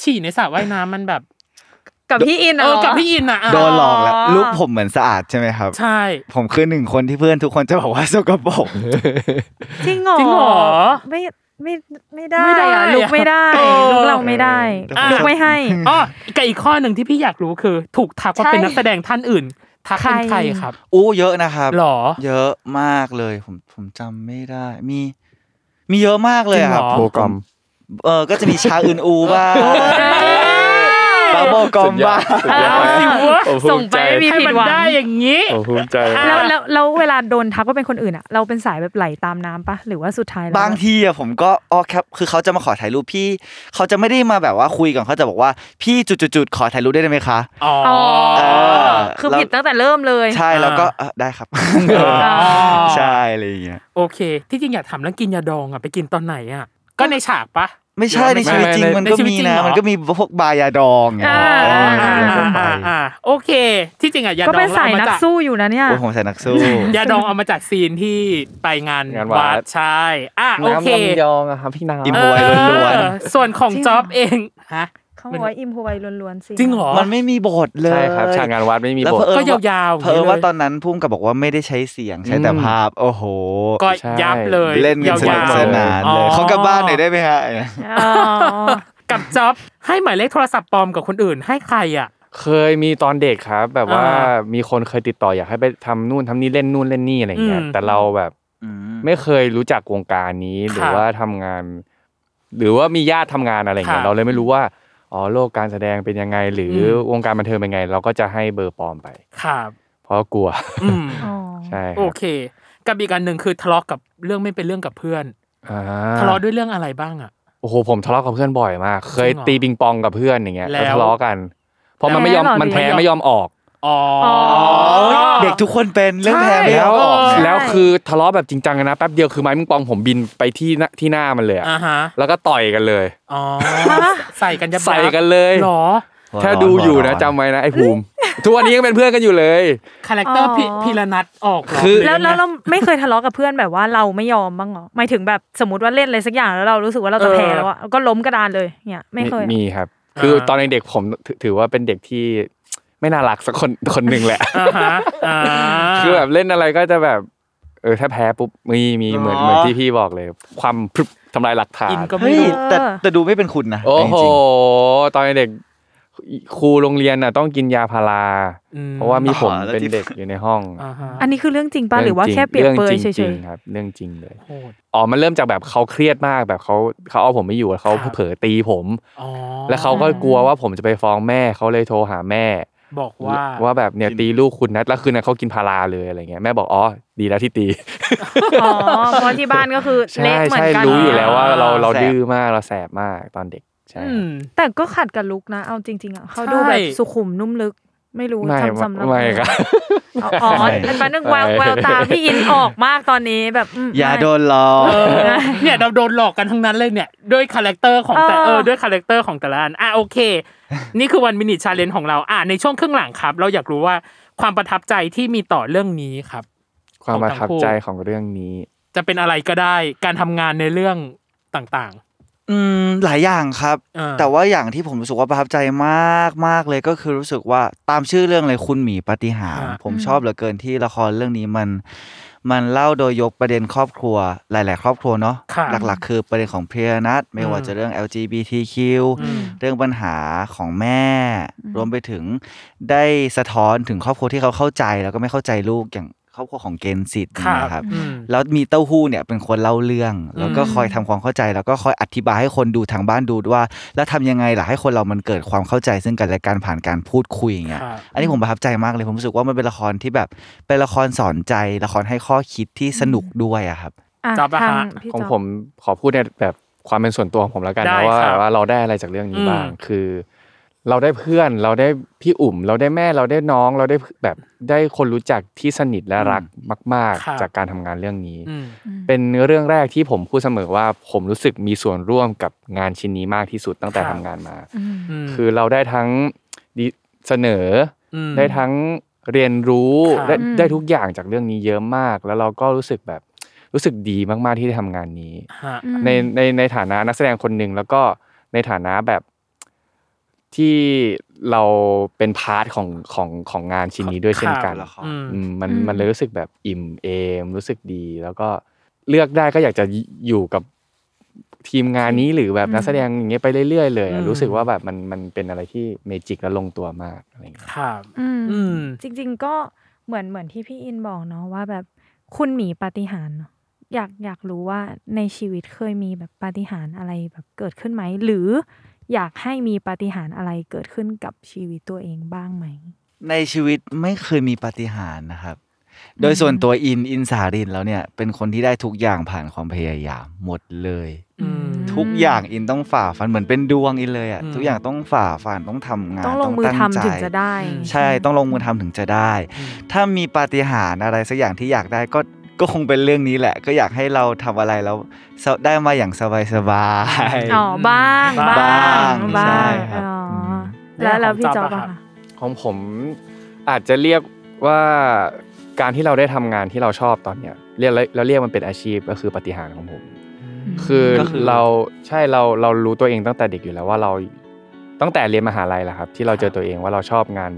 D: ฉี่ในสระว่ายน้ำมันแบบ
C: กับพี่อินอะ
D: เออ
C: เหรอ
D: กับพี่อินอ่ะ
E: โดนหลอกแล้วลูกผมเหมือนสะอาดใช่ไหมครับ
D: ใช่
E: ผมคือหนึ่งคนที่เพื่อนทุกคนจะบอกว่าสกปรก
C: จริงเหรอ
D: จริงเหรอ
C: ไม่ไม่ไม่ได้
D: ไม่ได้
C: อะ
D: อะ
C: ลุกไม่ได้
D: เออ
C: ลุกเราไม่ได้
E: แต่ผม
C: ลุกไม่ให้
D: อ๋อกับอีกข้อหนึ่งที่พี่อยากรู้คือ ถูกทักว่า
C: ใช่
D: เป็นนักแสดงท่านอื่น ทักเป็น
C: ใค
D: ใค
C: ร
D: รครับ
E: อู้เยอะนะครับ
D: หรอ
E: เยอะมากเลย ผมผมจำไม่ได้ มี มีเยอะมากเลยอะครับ
D: จริงเหรอ
F: โบกอม
E: เออก็จะมีชาอื่นอูบ้างบาโบกอมบ้าง
F: สุดยอด
D: เอาสิวะ
F: โอ้โห
C: ส่งไปไม่มี
D: ให้
C: ผิด
D: มัน
C: หวัง
D: ได้อย่างนี้
F: โอ้ภูมิใจ
C: แล้วแล้วแล้วเวลาโดนทักว่าเป็นคนอื่นอะเราเป็นสายแบบไหลตามน้ำปะหรือว่าสุดท้ายแล้ว
E: บางทีอะผมก็อ๋อครับคือเขาจะมาขอถ่ายรูปพี่ เขาจะไม่ได้มาแบบว่าคุยก่อนเขาจะบอกว่าพี่จุดๆๆขอถ่ายรูปได้ไหมคะ
D: อ๋อ
C: อ๋อ
E: เออ
C: คือผิดตั้งแต่เริ่มเลย
E: ใช่แล้วก็เอ่อได้ครับ
D: ใช่
E: ใช่อะไรอย่างเงี้ย
D: โอเค ที่จริงอยากถามเรื่องกินยาดองอ่ะไปกินตอนไหนอ่ะ ก็ในฉากปะ
E: ไม่ใช่ในชีวิตจริงมันก็
D: ในชีวิต
E: มี
D: จริง
E: นะ
D: เหรอ
E: มันก็มีพวกบายาดองไง
C: อ่า
E: เออ
D: อ่า
E: แล้วก็ไป
D: อ่าอ่าโอเค ที่จริงอ่ะยาด
C: ก็
D: อง
C: เป็นสายนัก
D: เอมจ
C: สู้อยู่นะเนี่ย
E: โอ้ผมใส่นักสู้
D: ยาดองเอามาจากซีนที่ไปงาน
F: งานวั
D: วั
F: ด
D: ดใช่อ่ะโอเค
F: น้ำลำยองอะครับพี่น้ำ
E: อิมโพไว้ล้วน
D: เออส่วนของ
C: จริงเหรอ
D: จ๊อบเองฮะ
C: เขาบอกว่าอิมพไวล้วนๆสิ
D: จริงเหรอ
E: ๆมันไม่มีบทเลย
F: ใช่ครับฉากงานวัดไม่มี
E: แล้ว
F: บท
E: เผอิญ
D: ก็ยาวๆ
E: เผอิญ
D: อย่างนี้เลย
E: ว่าตอนนั้นพุ่มกับบอกว่าไม่ได้ใช้เสียงใช้แต่
F: อืม
E: ภาพ โอ้โห
D: ก็
F: ใช่
D: ยับเลย
E: เล่นกันสนุก
D: ยาวๆ
E: สนานเล
D: อ๋
E: ย
D: อ
E: เขากลับบ้านหน่อยได้ไหมฮะ
C: อ๋อ
D: กับจ๊อบให้หมายเลขโทรศัพท์ปลอมกับคนอื่นให้ใครอ่ะ
F: เคยมีตอนเด็กครับ แบบว่า
D: อ่า
F: มีคนเคยติดต่ออยากให้ไปทำนู่นทำนี่เล่นนู่นเล่นนี่อะไรอย่างเงี้ย
D: อืม
F: แต่เราแบบไม่เคยรู้จักวงการนี้หรือ
D: ค่ะ
F: ว่าทำงาน หรือว่ามีญาติทำงานอะไรอย่างเงี้ย
D: ค่ะ
F: เราเลยไม่รู้ว่าอ๋อโลกการแสดงเป็นยังไง หรืออ
D: ม
F: วงการบันเทิงเป็นไง เราก็จะให้เบอร์ปลอมไป
D: ครับ
F: เพราะกลัว
D: อืม
C: อ๋อ
F: ใช่ค
D: โอ
F: รับ
D: เค กับอีกอันหนึ่งคือทะเลาะกับเรื่องไม่เป็นเรื่องกับเพื่อน
F: อ่า
D: ทะเลาะด้วยเรื่องอะไรบ้างอ่ะ
F: โอ้โหผมทะเลาะกับเพื่อนบ่อยมาก เคย
D: จริงเหรอ
F: ตีปิงปองกับเพื่อนอย่างเงี้ย
D: แล้ว
F: ก็ทะเลาะกันเพราะมันไม่ยอม
C: แพ้เหรอ
F: มัน
C: หรือ
F: แพ้ไม่ยอมออก
D: อ๋ออ
E: เด็กทุกคนเป็นเรื่องแพ้ไม่
F: แล้ว
E: เอาออก
D: ใช่
F: แล้วคือทะเลาะแบบจริงจังกันนะแป๊บเดียวคือไม้ปิงปองผมบินไปที่หน้าที่หน้ามันเลยอะ
D: อ่าฮะ
F: แล้วก็ต่อยกันเลย
D: อ๋อ
F: (laughs)
D: ใส่กันยับยับ
F: ใส่กันเลย
D: หรอ
F: ถ้าดูอยู่นะจำไว้นะไอ้ภูมิทุกวันนี้ยังเป็นเพื่อนกันอยู่เลย
D: คาแรคเตอร์
C: อ๋อ
D: พิพีระนัทออกเหร
F: คือ
C: แล้วแล้ว
D: หรื
C: เราไม่เคยทะเลาะกับเพื่อนแบบว่าเราไม่ยอมบ้างเหรอหมายถึงแบบสมมติว่าเล่นอะไรสักอย่างแล้วเรารู้สึกว่าเราจะแพ้แล้วอะก็ล้มกระดานเลยเนี่ยไม่เคย
F: มีครับ คือตอนเด็กๆผมถือถือว่าเป็นเด็กที่ไม่น่ารักสักคนคนหนึ่งแหละ
D: ยังไงอ่าฮะอ่า
F: คือแบบเล่นอะไรก็จะแบบ เออถ้าแพ้ปุ๊บมีมีเหมือน
D: อ๋อ
F: เหมือนที่พี่บอกเลย ความพรึบทำลายหลักฐา
D: อิ
F: น
D: นก็ไม่
E: เฮ้ย
D: รู้
E: แต่แต่ดูไม่เป็นคุณนะ
F: โอ้โห
E: จริง
F: ตอนเด็กครูโรงเรียนน่ะต้องกินยาพารา
D: อืม
F: เพราะว่ามีผมเป็นเด็กอยู่ในห้อง
D: อ่าฮะ
C: อันนี้คือเรื่องจริงปะหรือว่าแค่เปรียบเปรยเฉ
F: รื่องจริ
C: ย
F: งๆครับ เรื่องจริงเลย
D: โหด
F: อ๋อมันเริ่มจากแบบเขาเครียดมากแบบเขาเขาเอาผมไม่อยู่แล้วเขา
D: ครับ
F: เผลอตีผม
D: อ๋อ
F: แล้วเขาก็กลัวว่าผมจะไปฟ้องแม่เขาเลยโทรหาแม่
D: บอกว่า
F: ว่าแบบเนี่ยตีลูกคุณนะแล้วคืนนั้นเขากินพาราเลยอะไรเงี้ยแม่บอกอ๋อดีแล้วที่ตี (laughs)
C: ๆอ๋อเพราะที่บ้านก็คือ
F: ใช่
C: เละเหมือ
F: ใช่
C: นกัน
F: รู้อยู่แล้วว่าเราเราดื้อมากเราแสบมากตอนเด็กใช่
D: อืม
C: แต่ก็ขัดกับลุกนะเอาจริงๆอะเขาดูแบบ
D: ใช่
C: สุขุมนุ่มลึก ไม่รู้
F: ไม่
C: ทำสำหรับ
F: ไม่ครับ
C: อ๋ออ๋อเป็นแป๊บนึงแววแววตาพี่อินออกมากตอนนี้แบบอืม
E: ๆอย่า
C: ไม่
E: โดนหลอก
D: เออเนี่ยเราโดนหลอกกันทั้งนั้นเลยเนี่ยด้วยคาแรคเตอร์ของแต่
C: เออ
D: เออด้วยคาแรคเตอร์ของแต่ละอันอ่ะโอเค นี่คือวันมินิชาเลนของเราอ่ะในช่วงครึ่งหลังครับ เราอยากรู้ว่าความประทับใจที่มีต่อเรื่องนี้ครับ
F: ความประทับ
D: ของทั้งคู่
F: ใจของเรื่องนี้
D: จะเป็นอะไรก็ได้การทำงานในเรื่องต่าง
E: อืมหลายอย่างครับ
D: ๆเออ
E: แต่ว่าอย่างที่ผมรู้สึกว่าประทับใจมากมากเลยก็คือรู้สึกว่าตามชื่อเรื่องเลยคุณหมีปาฏิหารย์ผมชอบเหลือเกินที่ละครเรื่องนี้มัน มันเล่าโดยยกประเด็นครอบครัวหลาย ๆ ครอบครัวเนาะ
D: ค่ะ
E: หลักๆ คือประเด็นของเพรียนัทไม่ว่าจะเรื่อง LGBTQ
D: อืม
E: เรื่องปัญหาของแม่ รวมไปถึงได้สะท้อนถึงครอบครัวที่เขาเข้าใจแล้วก็ไม่เข้าใจลูกอย่างครอบครัวของเกณฑ์สิทธิ์
D: ครับ
E: นะครับ
D: อืม
E: แล้วมีเต้าหู้เนี่ยเป็นคนเล่าเรื่อง แล้วก็
D: อืม
E: คอยทำความเข้าใจ แล้วก็คอยอธิบายให้คนดูทางบ้านดูว่า แล้วทำยังไงล่ะให้คนเรามันเกิดความเข้าใจซึ่งกันและกันผ่านการพูดคุยอย่างเงี้ย
D: ครับ
E: อันนี้ผมประทับใจมากเลยผมรู้สึกว่ามันเป็นละครที่แบบเป็นละครสอนใจละครให้ข้อคิดที่สนุกด้วยอะครับ
C: อ่ะ
D: จ๊อบอะ
C: ทาง
D: ฮะ
C: พี่
F: ของ
C: จ๊อบ
F: ผมขอพูดในแบบความเป็นส่วนตัวของผมแล้วกัน
D: ได้
F: นะว่า
D: ครับ
F: ว่าเราได้อะไรจากเรื่องนี้บ้าง
D: อืม
F: คือ เราได้เพื่อนเราได้พี่อุ่ม เราได้แม่เราได้น้องเราได้แบบได้คนรู้จักที่สนิทและรักมาก
D: ครับ
F: ๆ จากการทำงานเรื่องนี้
D: อืม
F: เป็นเรื่องแรกที่ผมพูดเสมอว่าผมรู้สึกมีส่วนร่วมกับงานชิ้นนี้มากที่สุดตั้งแต่
D: ครับ
F: ทำงานมา
D: อืม
F: คือเราได้ทั้งดิเสนออ
D: ม
F: ได้ทั้งเรียนรู้
D: ครับ
F: ได้
C: อืม
F: ได้ทุกอย่างจากเรื่องนี้เยอะมาก แล้วเราก็รู้สึกแบบรู้สึกดีมากๆที่ได้ทำงานนี้
D: ฮะ
C: อืม
F: ในในในฐานะนักแสดงคนหนึ่งแล้วก็ในฐานะแบบ ที่เราเป็นพาร์ทของของของงานชิ้นนี้ด้วยเช่นกัน
E: ตัวละคร
D: อืม
F: อืมมัน
G: อืม
F: มันเลยรู้สึกแบบอิ่มเอมรู้สึกดี แล้วก็เลือกได้ก็อยากจะอยู่กับทีมงานนี้หรือแบบนักแสดงอย่างเงี้ยไปเรื่อยๆเลย
D: อื
F: อะ
D: ม
F: รู้สึกว่าแบบมันมันเป็นอะไรที่เมจิกและลงตัวมากอะไรอย่างเงี้ย
D: ครับ
G: อืม
D: อืม
C: จริง ๆ ก็เหมือนเหมือนที่พี่อินบอกเนาะว่าแบบคุณหมีปาฏิหาริย์เนอะอยากอยากรู้ว่าในชีวิตเคยมีแบบปาฏิหาริย์อะไรแบบเกิดขึ้นไหม หรืออยากให้มีปาฏิหาริย์อะไรเกิดขึ้นกับชีวิตตัวเองบ้างไหม
E: ในชีวิตไม่เคยมีปาฏิหาริย์นะครับ โดยส่วนตัวอินอินสารินแล้วเนี่ย เป็นคนที่ได้ทุกอย่างผ่านความพยายามหมดเลย
D: อืม
E: ทุกอย่างอินต้องฝ่าฟันเหมือนเป็นดวงอินเลยอ่ะ
D: อืม
E: ทุกอย่างต้องฝ่าฟันต้องทำงาน
C: ต้องลงมือทำถึงจะได้
E: ใช่ต้องลงมือทำถึงจะได้ ถ้ามีปาฏิหาริย์อะไรสักอย่างที่อยากได้ก็ก็คงเป็นเรื่องนี้แหละ ก็อยากให้เราทำอะไรแล้วได้มาอย่างสบายสบาย
C: อ๋อบ้าง
D: บ้าง
C: บ้างบ้าง
D: ใช่
E: ครับ
C: อ๋ออ
E: ม
C: แล้วแล้วพี่จอบ
D: แล้วของจ๊อบอะ
C: อะ
D: ครั
C: คะ
D: บ
F: ของผมอาจจะเรียกว่าการที่เราได้ทำงานที่เราชอบตอนเนี้ยเรียกแล้วเราเรียกมันเป็นอาชีพก็คือปาฏิหารย์ของผม คือ
E: ก็คือ
F: เราใช่เราเรารู้ตัวเองตั้งแต่เด็กอยู่แล้วว่าเราตั้งแต่เรียนมหาลัยแหละครับ ที่เราเจอตัวเองว่าเราชอบงาน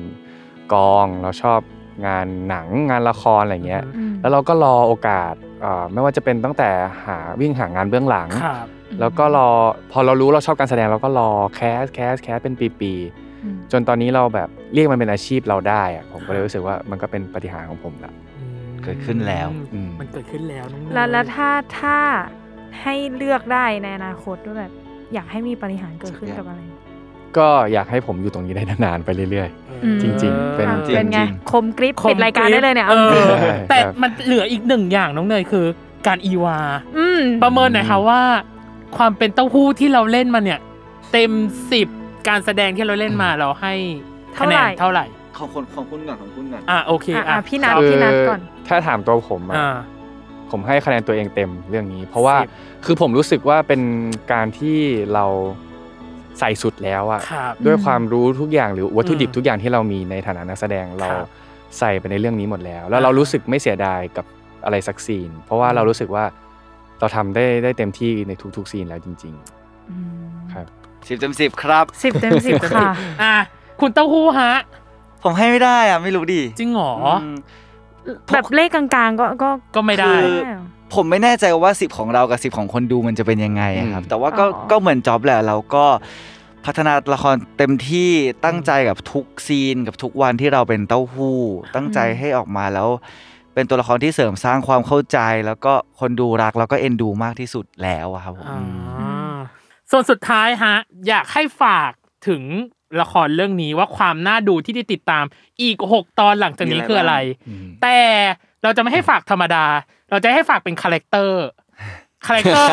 F: กอง เราชอบงานหนังงานละครอะไรเงี้ย
C: อืม
F: แล้วเราก็รอโอกาสเอ่อไม่ว่าจะเป็นตั้งแต่หาวิ่งหางานเบื้องหลัง
D: ครับ
F: แล้วก็รอพอเรารู้เราชอบการแสดงเราก็รอแคสแคสแคสเป็นปี
C: อืม
F: ๆจนตอนนี้เราแบบเรียกมันเป็นอาชีพเราได้อะผมก็เลยรู้สึกว่ามันก็เป็นปาฏิหารย์ของผมละ
E: เกิดขึ้นแล้ว
F: อืม
D: มันเกิดขึ้นแล้วน้องเนย
C: แล้วแล้วถ้าถ้าให้เลือกได้ในอนาคตว่าแบบอยากให้มีปาฏิหารย์เกิดขึ้นกับอะไร
F: ก็อยากให้ผมอยู่ตรงนี้ได้นานๆไปเรื่อย
D: เออ
F: จริงๆเป็น
C: อ่ะ
E: จริง
C: เป็นไง คมกริป
D: ของ
C: ปิดรายการได้เลยเนี่ย
D: เอ
C: เอาจริง
D: อ
F: ใช่
D: แต่
F: ครับ
D: มันเหลืออีกหนึ่งอย่างน้องเนยคือการอีวา
C: อืม
D: ประเมินหน่อยค่ะว่า ความเป็นเต้าหู้ที่เราเล่นมาเนี่ย เต็มสิบการแสดงที่เราเล่นมาเราให้คะแนนเท่าไหร่
E: ของคนของคุณก่อนของคุณก่อน
D: อ่ะโอเค
C: อ่ะ
D: อ่ะ
C: อ่ะพี่นัท
F: ๆ
C: พี่นัท
F: คือ
C: ก่อน
F: ถ้าถามตัวผมอะ
D: อ่า
F: ผมให้คะแนนตัวเองเต็มเรื่องนี้ เพราะว่า
D: สิบ
F: คือผมรู้สึกว่าเป็นการที่เราใส่สุดแล้วอะ
D: ครับ
F: ด้วยความรู้ทุกอย่างหรือวัตถุดิบ
D: อืม
F: ทุกอย่างที่เรามีในฐานะนักแสดงเรา
D: ครับ
F: ใส่ไปในเรื่องนี้หมดแล้ว แล้ว
D: อ่า
F: เรารู้สึกไม่เสียดายกับอะไรสักซีน เพราะว่า
D: อืม
F: เรารู้สึกว่าเราทำได้ได้เต็มที่ในทุกๆซีนแล้วจริง ๆ ครับ
E: สิบเต็มสิบครับ
C: สิบเต็มสิบค่ะ
D: อ่ะคุณเต้าหู้ฮะ
E: ผมให้ไม่ได้อ่ะ ไม่รู้ดิ
D: จริงเหรออ
E: ม
C: แบบเลขกลางๆ ก็ก็
D: ก็ไม่ได้
E: คือ
C: ได้เหรอ
E: ผมไม่แน่ใจว่าสิบของเรากับสิบของคนดูมันจะเป็นยังไงอะครับ
F: อืม
E: แต่ว่าก็
C: อ๋อ
E: ก็เหมือนจ็อบแหละเราก็พัฒนาละครเต็มที่ตั้งใจกับทุกซีน กับทุกวันที่เราเป็นเต้าหู้ ตั้งใจให้ออกมาแล้ว เป็นตัวละครที่เสริมสร้างความเข้าใจ แล้วก็คนดูรักแล้วก็เอ็นดูมากที่สุดแล้วอะครับผม
D: อ่าส่วนสุดท้ายฮะ อยากให้ฝากถึงละครเรื่องนี้ว่าความน่าดูที่ได้ติดตามอีก 6 ตอนหลังจากนี้คืออะไร แต่เราจะไม่ให้ฝากธรรมดา เราจะให้ฝากเป็นคาแรคเต (laughs) อร์คาแรคเตอร์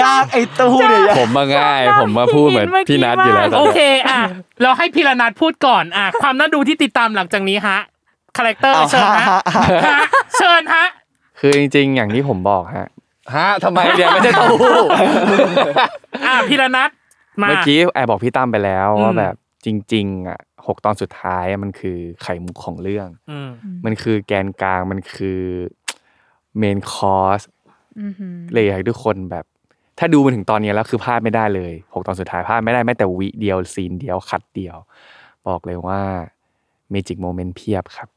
E: ยากไอ้เต้าหู้เนี่ยยาก
F: ผมมา
D: (laughs)
F: ง่าย ผมมาพูดเหมือนพี่นัทอยู่แล้วตอน
D: โอ
F: เนี้ย
D: เคอ่ะ เราให้พีระนัทพูดก่อนอ่ะ ความน่าดูที่ติดตามหลังจากนี้ฮะคาแรคเตอร์
E: เอา
D: เชิญฮะ
E: ฮะฮะ
D: ฮะเชิญฮะ
F: คือจริง ๆ อย่างที่ผมบอกฮะฮะทำไมเนี่ยไม่ใช่เต้าหู้
D: อ่ะพีระนัทมา
F: เมื่อกี้แอบบอกพี่ตั้มไปแล้ว
D: อืม
F: ว่าแบบจริงๆอ่ะหกตอนสุดท้ายอะมันคือไข่มุกของเรื่อง
D: อืม
F: มันคือแกนกลางมันคือเมนคอร์ส
C: อือหือ
F: เลยอยากให้ทุกคนแบบ ถ้าดูมาถึงตอนนี้แล้วคือพลาดไม่ได้เลยหกตอนสุดท้ายพลาดไม่ได้แม้แต่วิเดียวซีนเดียวคัดเดียว บอกเลยว่าเมจิกโมเมนต์เพียบครับ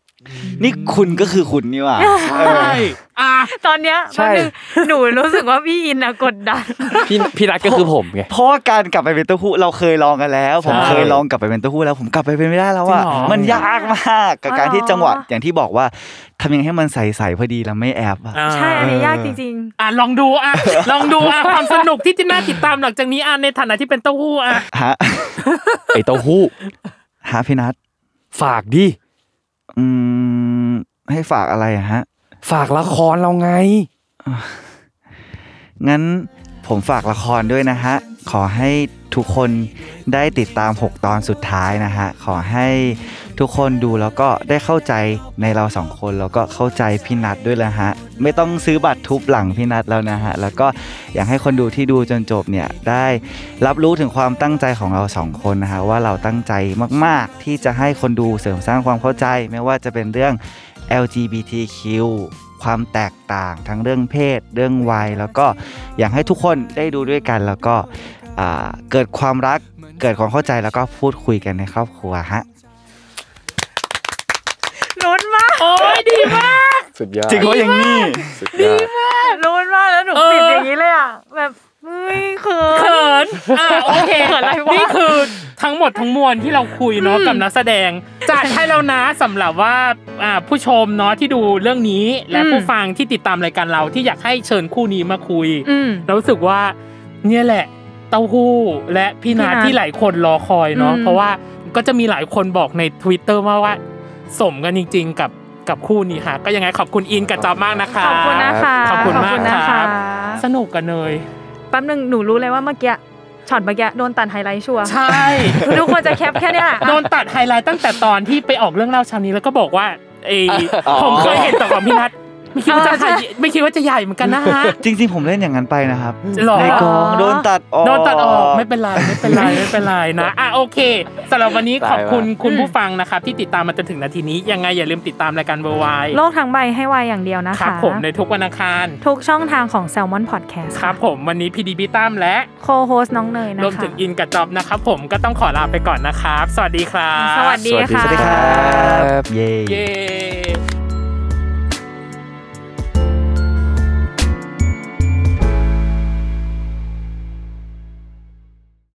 E: นี่คุณก็คือคุณนี่หว่า
D: ใช่อ่ะ
C: ตอนเนี้ย
F: ใช่
C: แป๊บนึงหนูรู้สึกว่าพี่อินอะกดดัน
F: พี่พี่รักก็คือผมไง
E: เพราะว่าการกลับไปเป็นเต้าหู้เราเคยลองกันแล้ว ผม
D: ใช่
E: เคยลองกลับไปเป็นเต้าหู้แล้วผมกลับไปเป็นไม่ได้แล้วอ่ะ
D: จริงเหรอ
E: มันยากมากกับการที่จังหวะอย่างที่บอกว่าทำยังไงให้มันใสๆพอดีแล้วไม่แอบอ่ะ
D: อ่ะ
C: ใช่อันนี้ยากจริง
D: อ่ะลองดูอ่ะ ลองดูอ่ะความสนุกที่จะน่าติดตามหลังจากนี้อ่ะในฐานะที่เป็นเต้าหู้อ่ะ
E: ฮะ
F: ไอเต้าหู้
E: ฮะพี่นัท
F: ฝากดิ
E: อืมให้ฝากอะไรอะฮะ
F: ฝากละครเราไง
E: งั้นผมฝากละครด้วยนะฮะ ขอให้ทุกคนได้ติดตาม 6 ตอนสุดท้ายนะฮะ ขอให้ทุกคนดูแล้วก็ได้เข้าใจในเราสองคน แล้วก็เข้าใจพี่นัทด้วยละฮะ ไม่ต้องซื้อบัตรทุบหลังพี่นัทแล้วนะฮะ แล้วก็อยากให้คนดูที่ดูจนจบเนี่ยได้รับรู้ถึงความตั้งใจของเราสองคนนะฮะว่าเราตั้งใจมาก ๆ ที่จะให้คนดูเสริมสร้างความเข้าใจ ไม่ว่าจะเป็นเรื่อง LGBTQ ความแตกต่างทั้งเรื่องเพศ เรื่องวัย แล้วก็อยากให้ทุกคนได้ดูด้วยกัน แล้วก็อ่าเกิดความรัก เกิดความเข้าใจแล้วก็พูดคุยกันในครอบครัวฮะ
C: ลุ้นมาก
D: โอ้ยดีมาก
F: สุดยอด
E: จริงเขาอย่างนี้
F: สุดยอด
C: ลุ้นมากแล้วหนู
D: เออ
C: ปิดอย่างนี้เลยอ่ะแบบเฮ้ยเขิน
D: เขินอ่ะโอเค
C: เขินอะไรวะ
D: นี่คือทั้งหมดทั้งมวลที่เราคุยเนาะกับนักแสดงจัดให้แล้วนะสำหรับว่าอ่าผู้ชมเนาะที่ดูเรื่องนี้และผู้ฟังที่ติดตามรายการเราที่อยากให้เชิญคู่นี้มาคุย
C: อืม
D: เรารู้สึกว่าเนี่ยแหละเต้าหู้และพี่นา
C: พี่นัท
D: ที่หลายคนรอคอยเนาะ
C: อืม
D: เพราะว่าก็จะมีหลายคนบอกใน Twitter มาว่า สมกันจริง ๆ กับกับคู่นี้ค่ะ ก็ยังไงขอบคุณอินกับจอบมากนะคะ
C: ขอบคุณนะคะ
D: ขอบคุณมาก
C: นะ
D: ครั
C: คะ
D: บ สนุกกันเลย
C: แป๊บหนึงหนูรู้เลยว่าเมื่อกี้ช็อตเมื่อกี้โดนตัดไฮไลท์ชัวร์
D: ใช่ (laughs)
C: ทุกคนจะแคปแค่เนี้ยแหละ
D: โดนตัดไฮไลท์ตั้งแต่ตอนที่ไปออกเรื่องเล่าเชาวนี้แล้วก็บอกว่าไอ้ (laughs) ผมเคยเห็นแต่ของพี่นัทไม่คิดว่าจะใหญ่ไม่คิดว่าจะใหญ่เหมือนกันนะ (laughs) ฮะ
E: จริง ๆ ผมเล่นอย่างนั้นไปนะครับ
D: หรอ
E: ในกองโดนตัดออก
D: โดนตัดออกไม่เป็นไรไม่ (laughs) เป็นไรไม่เป็นไรนะอ่ะโอเคสำหรับวันนี้ขอบคุณคุณผู้ฟังนะครับที่ติดตามมาจนถึงนาทีนี้ ยังไงอย่าลืมติดตามรายการเวอร์ไว
C: โลกทั้งใบให้วายอย่างเดียวนะ
D: ครั
C: คะ
D: บผมในทุกวันอังคาร
C: ทุกช่องทางของ Salmon Podcast
D: ครับผมวันนี้พีดีพีตั้มและ
C: โคโฮสน้องเนยนะ
D: รวม
C: คะ
D: ถึงอินกับจอบนะครับผมก็ต้องขอลาไปก่อนนะครับ สวัสดีครับ
C: สวัสดี
F: สวัสดี
C: ค่ะ
F: ครับ
E: เย้
D: เย้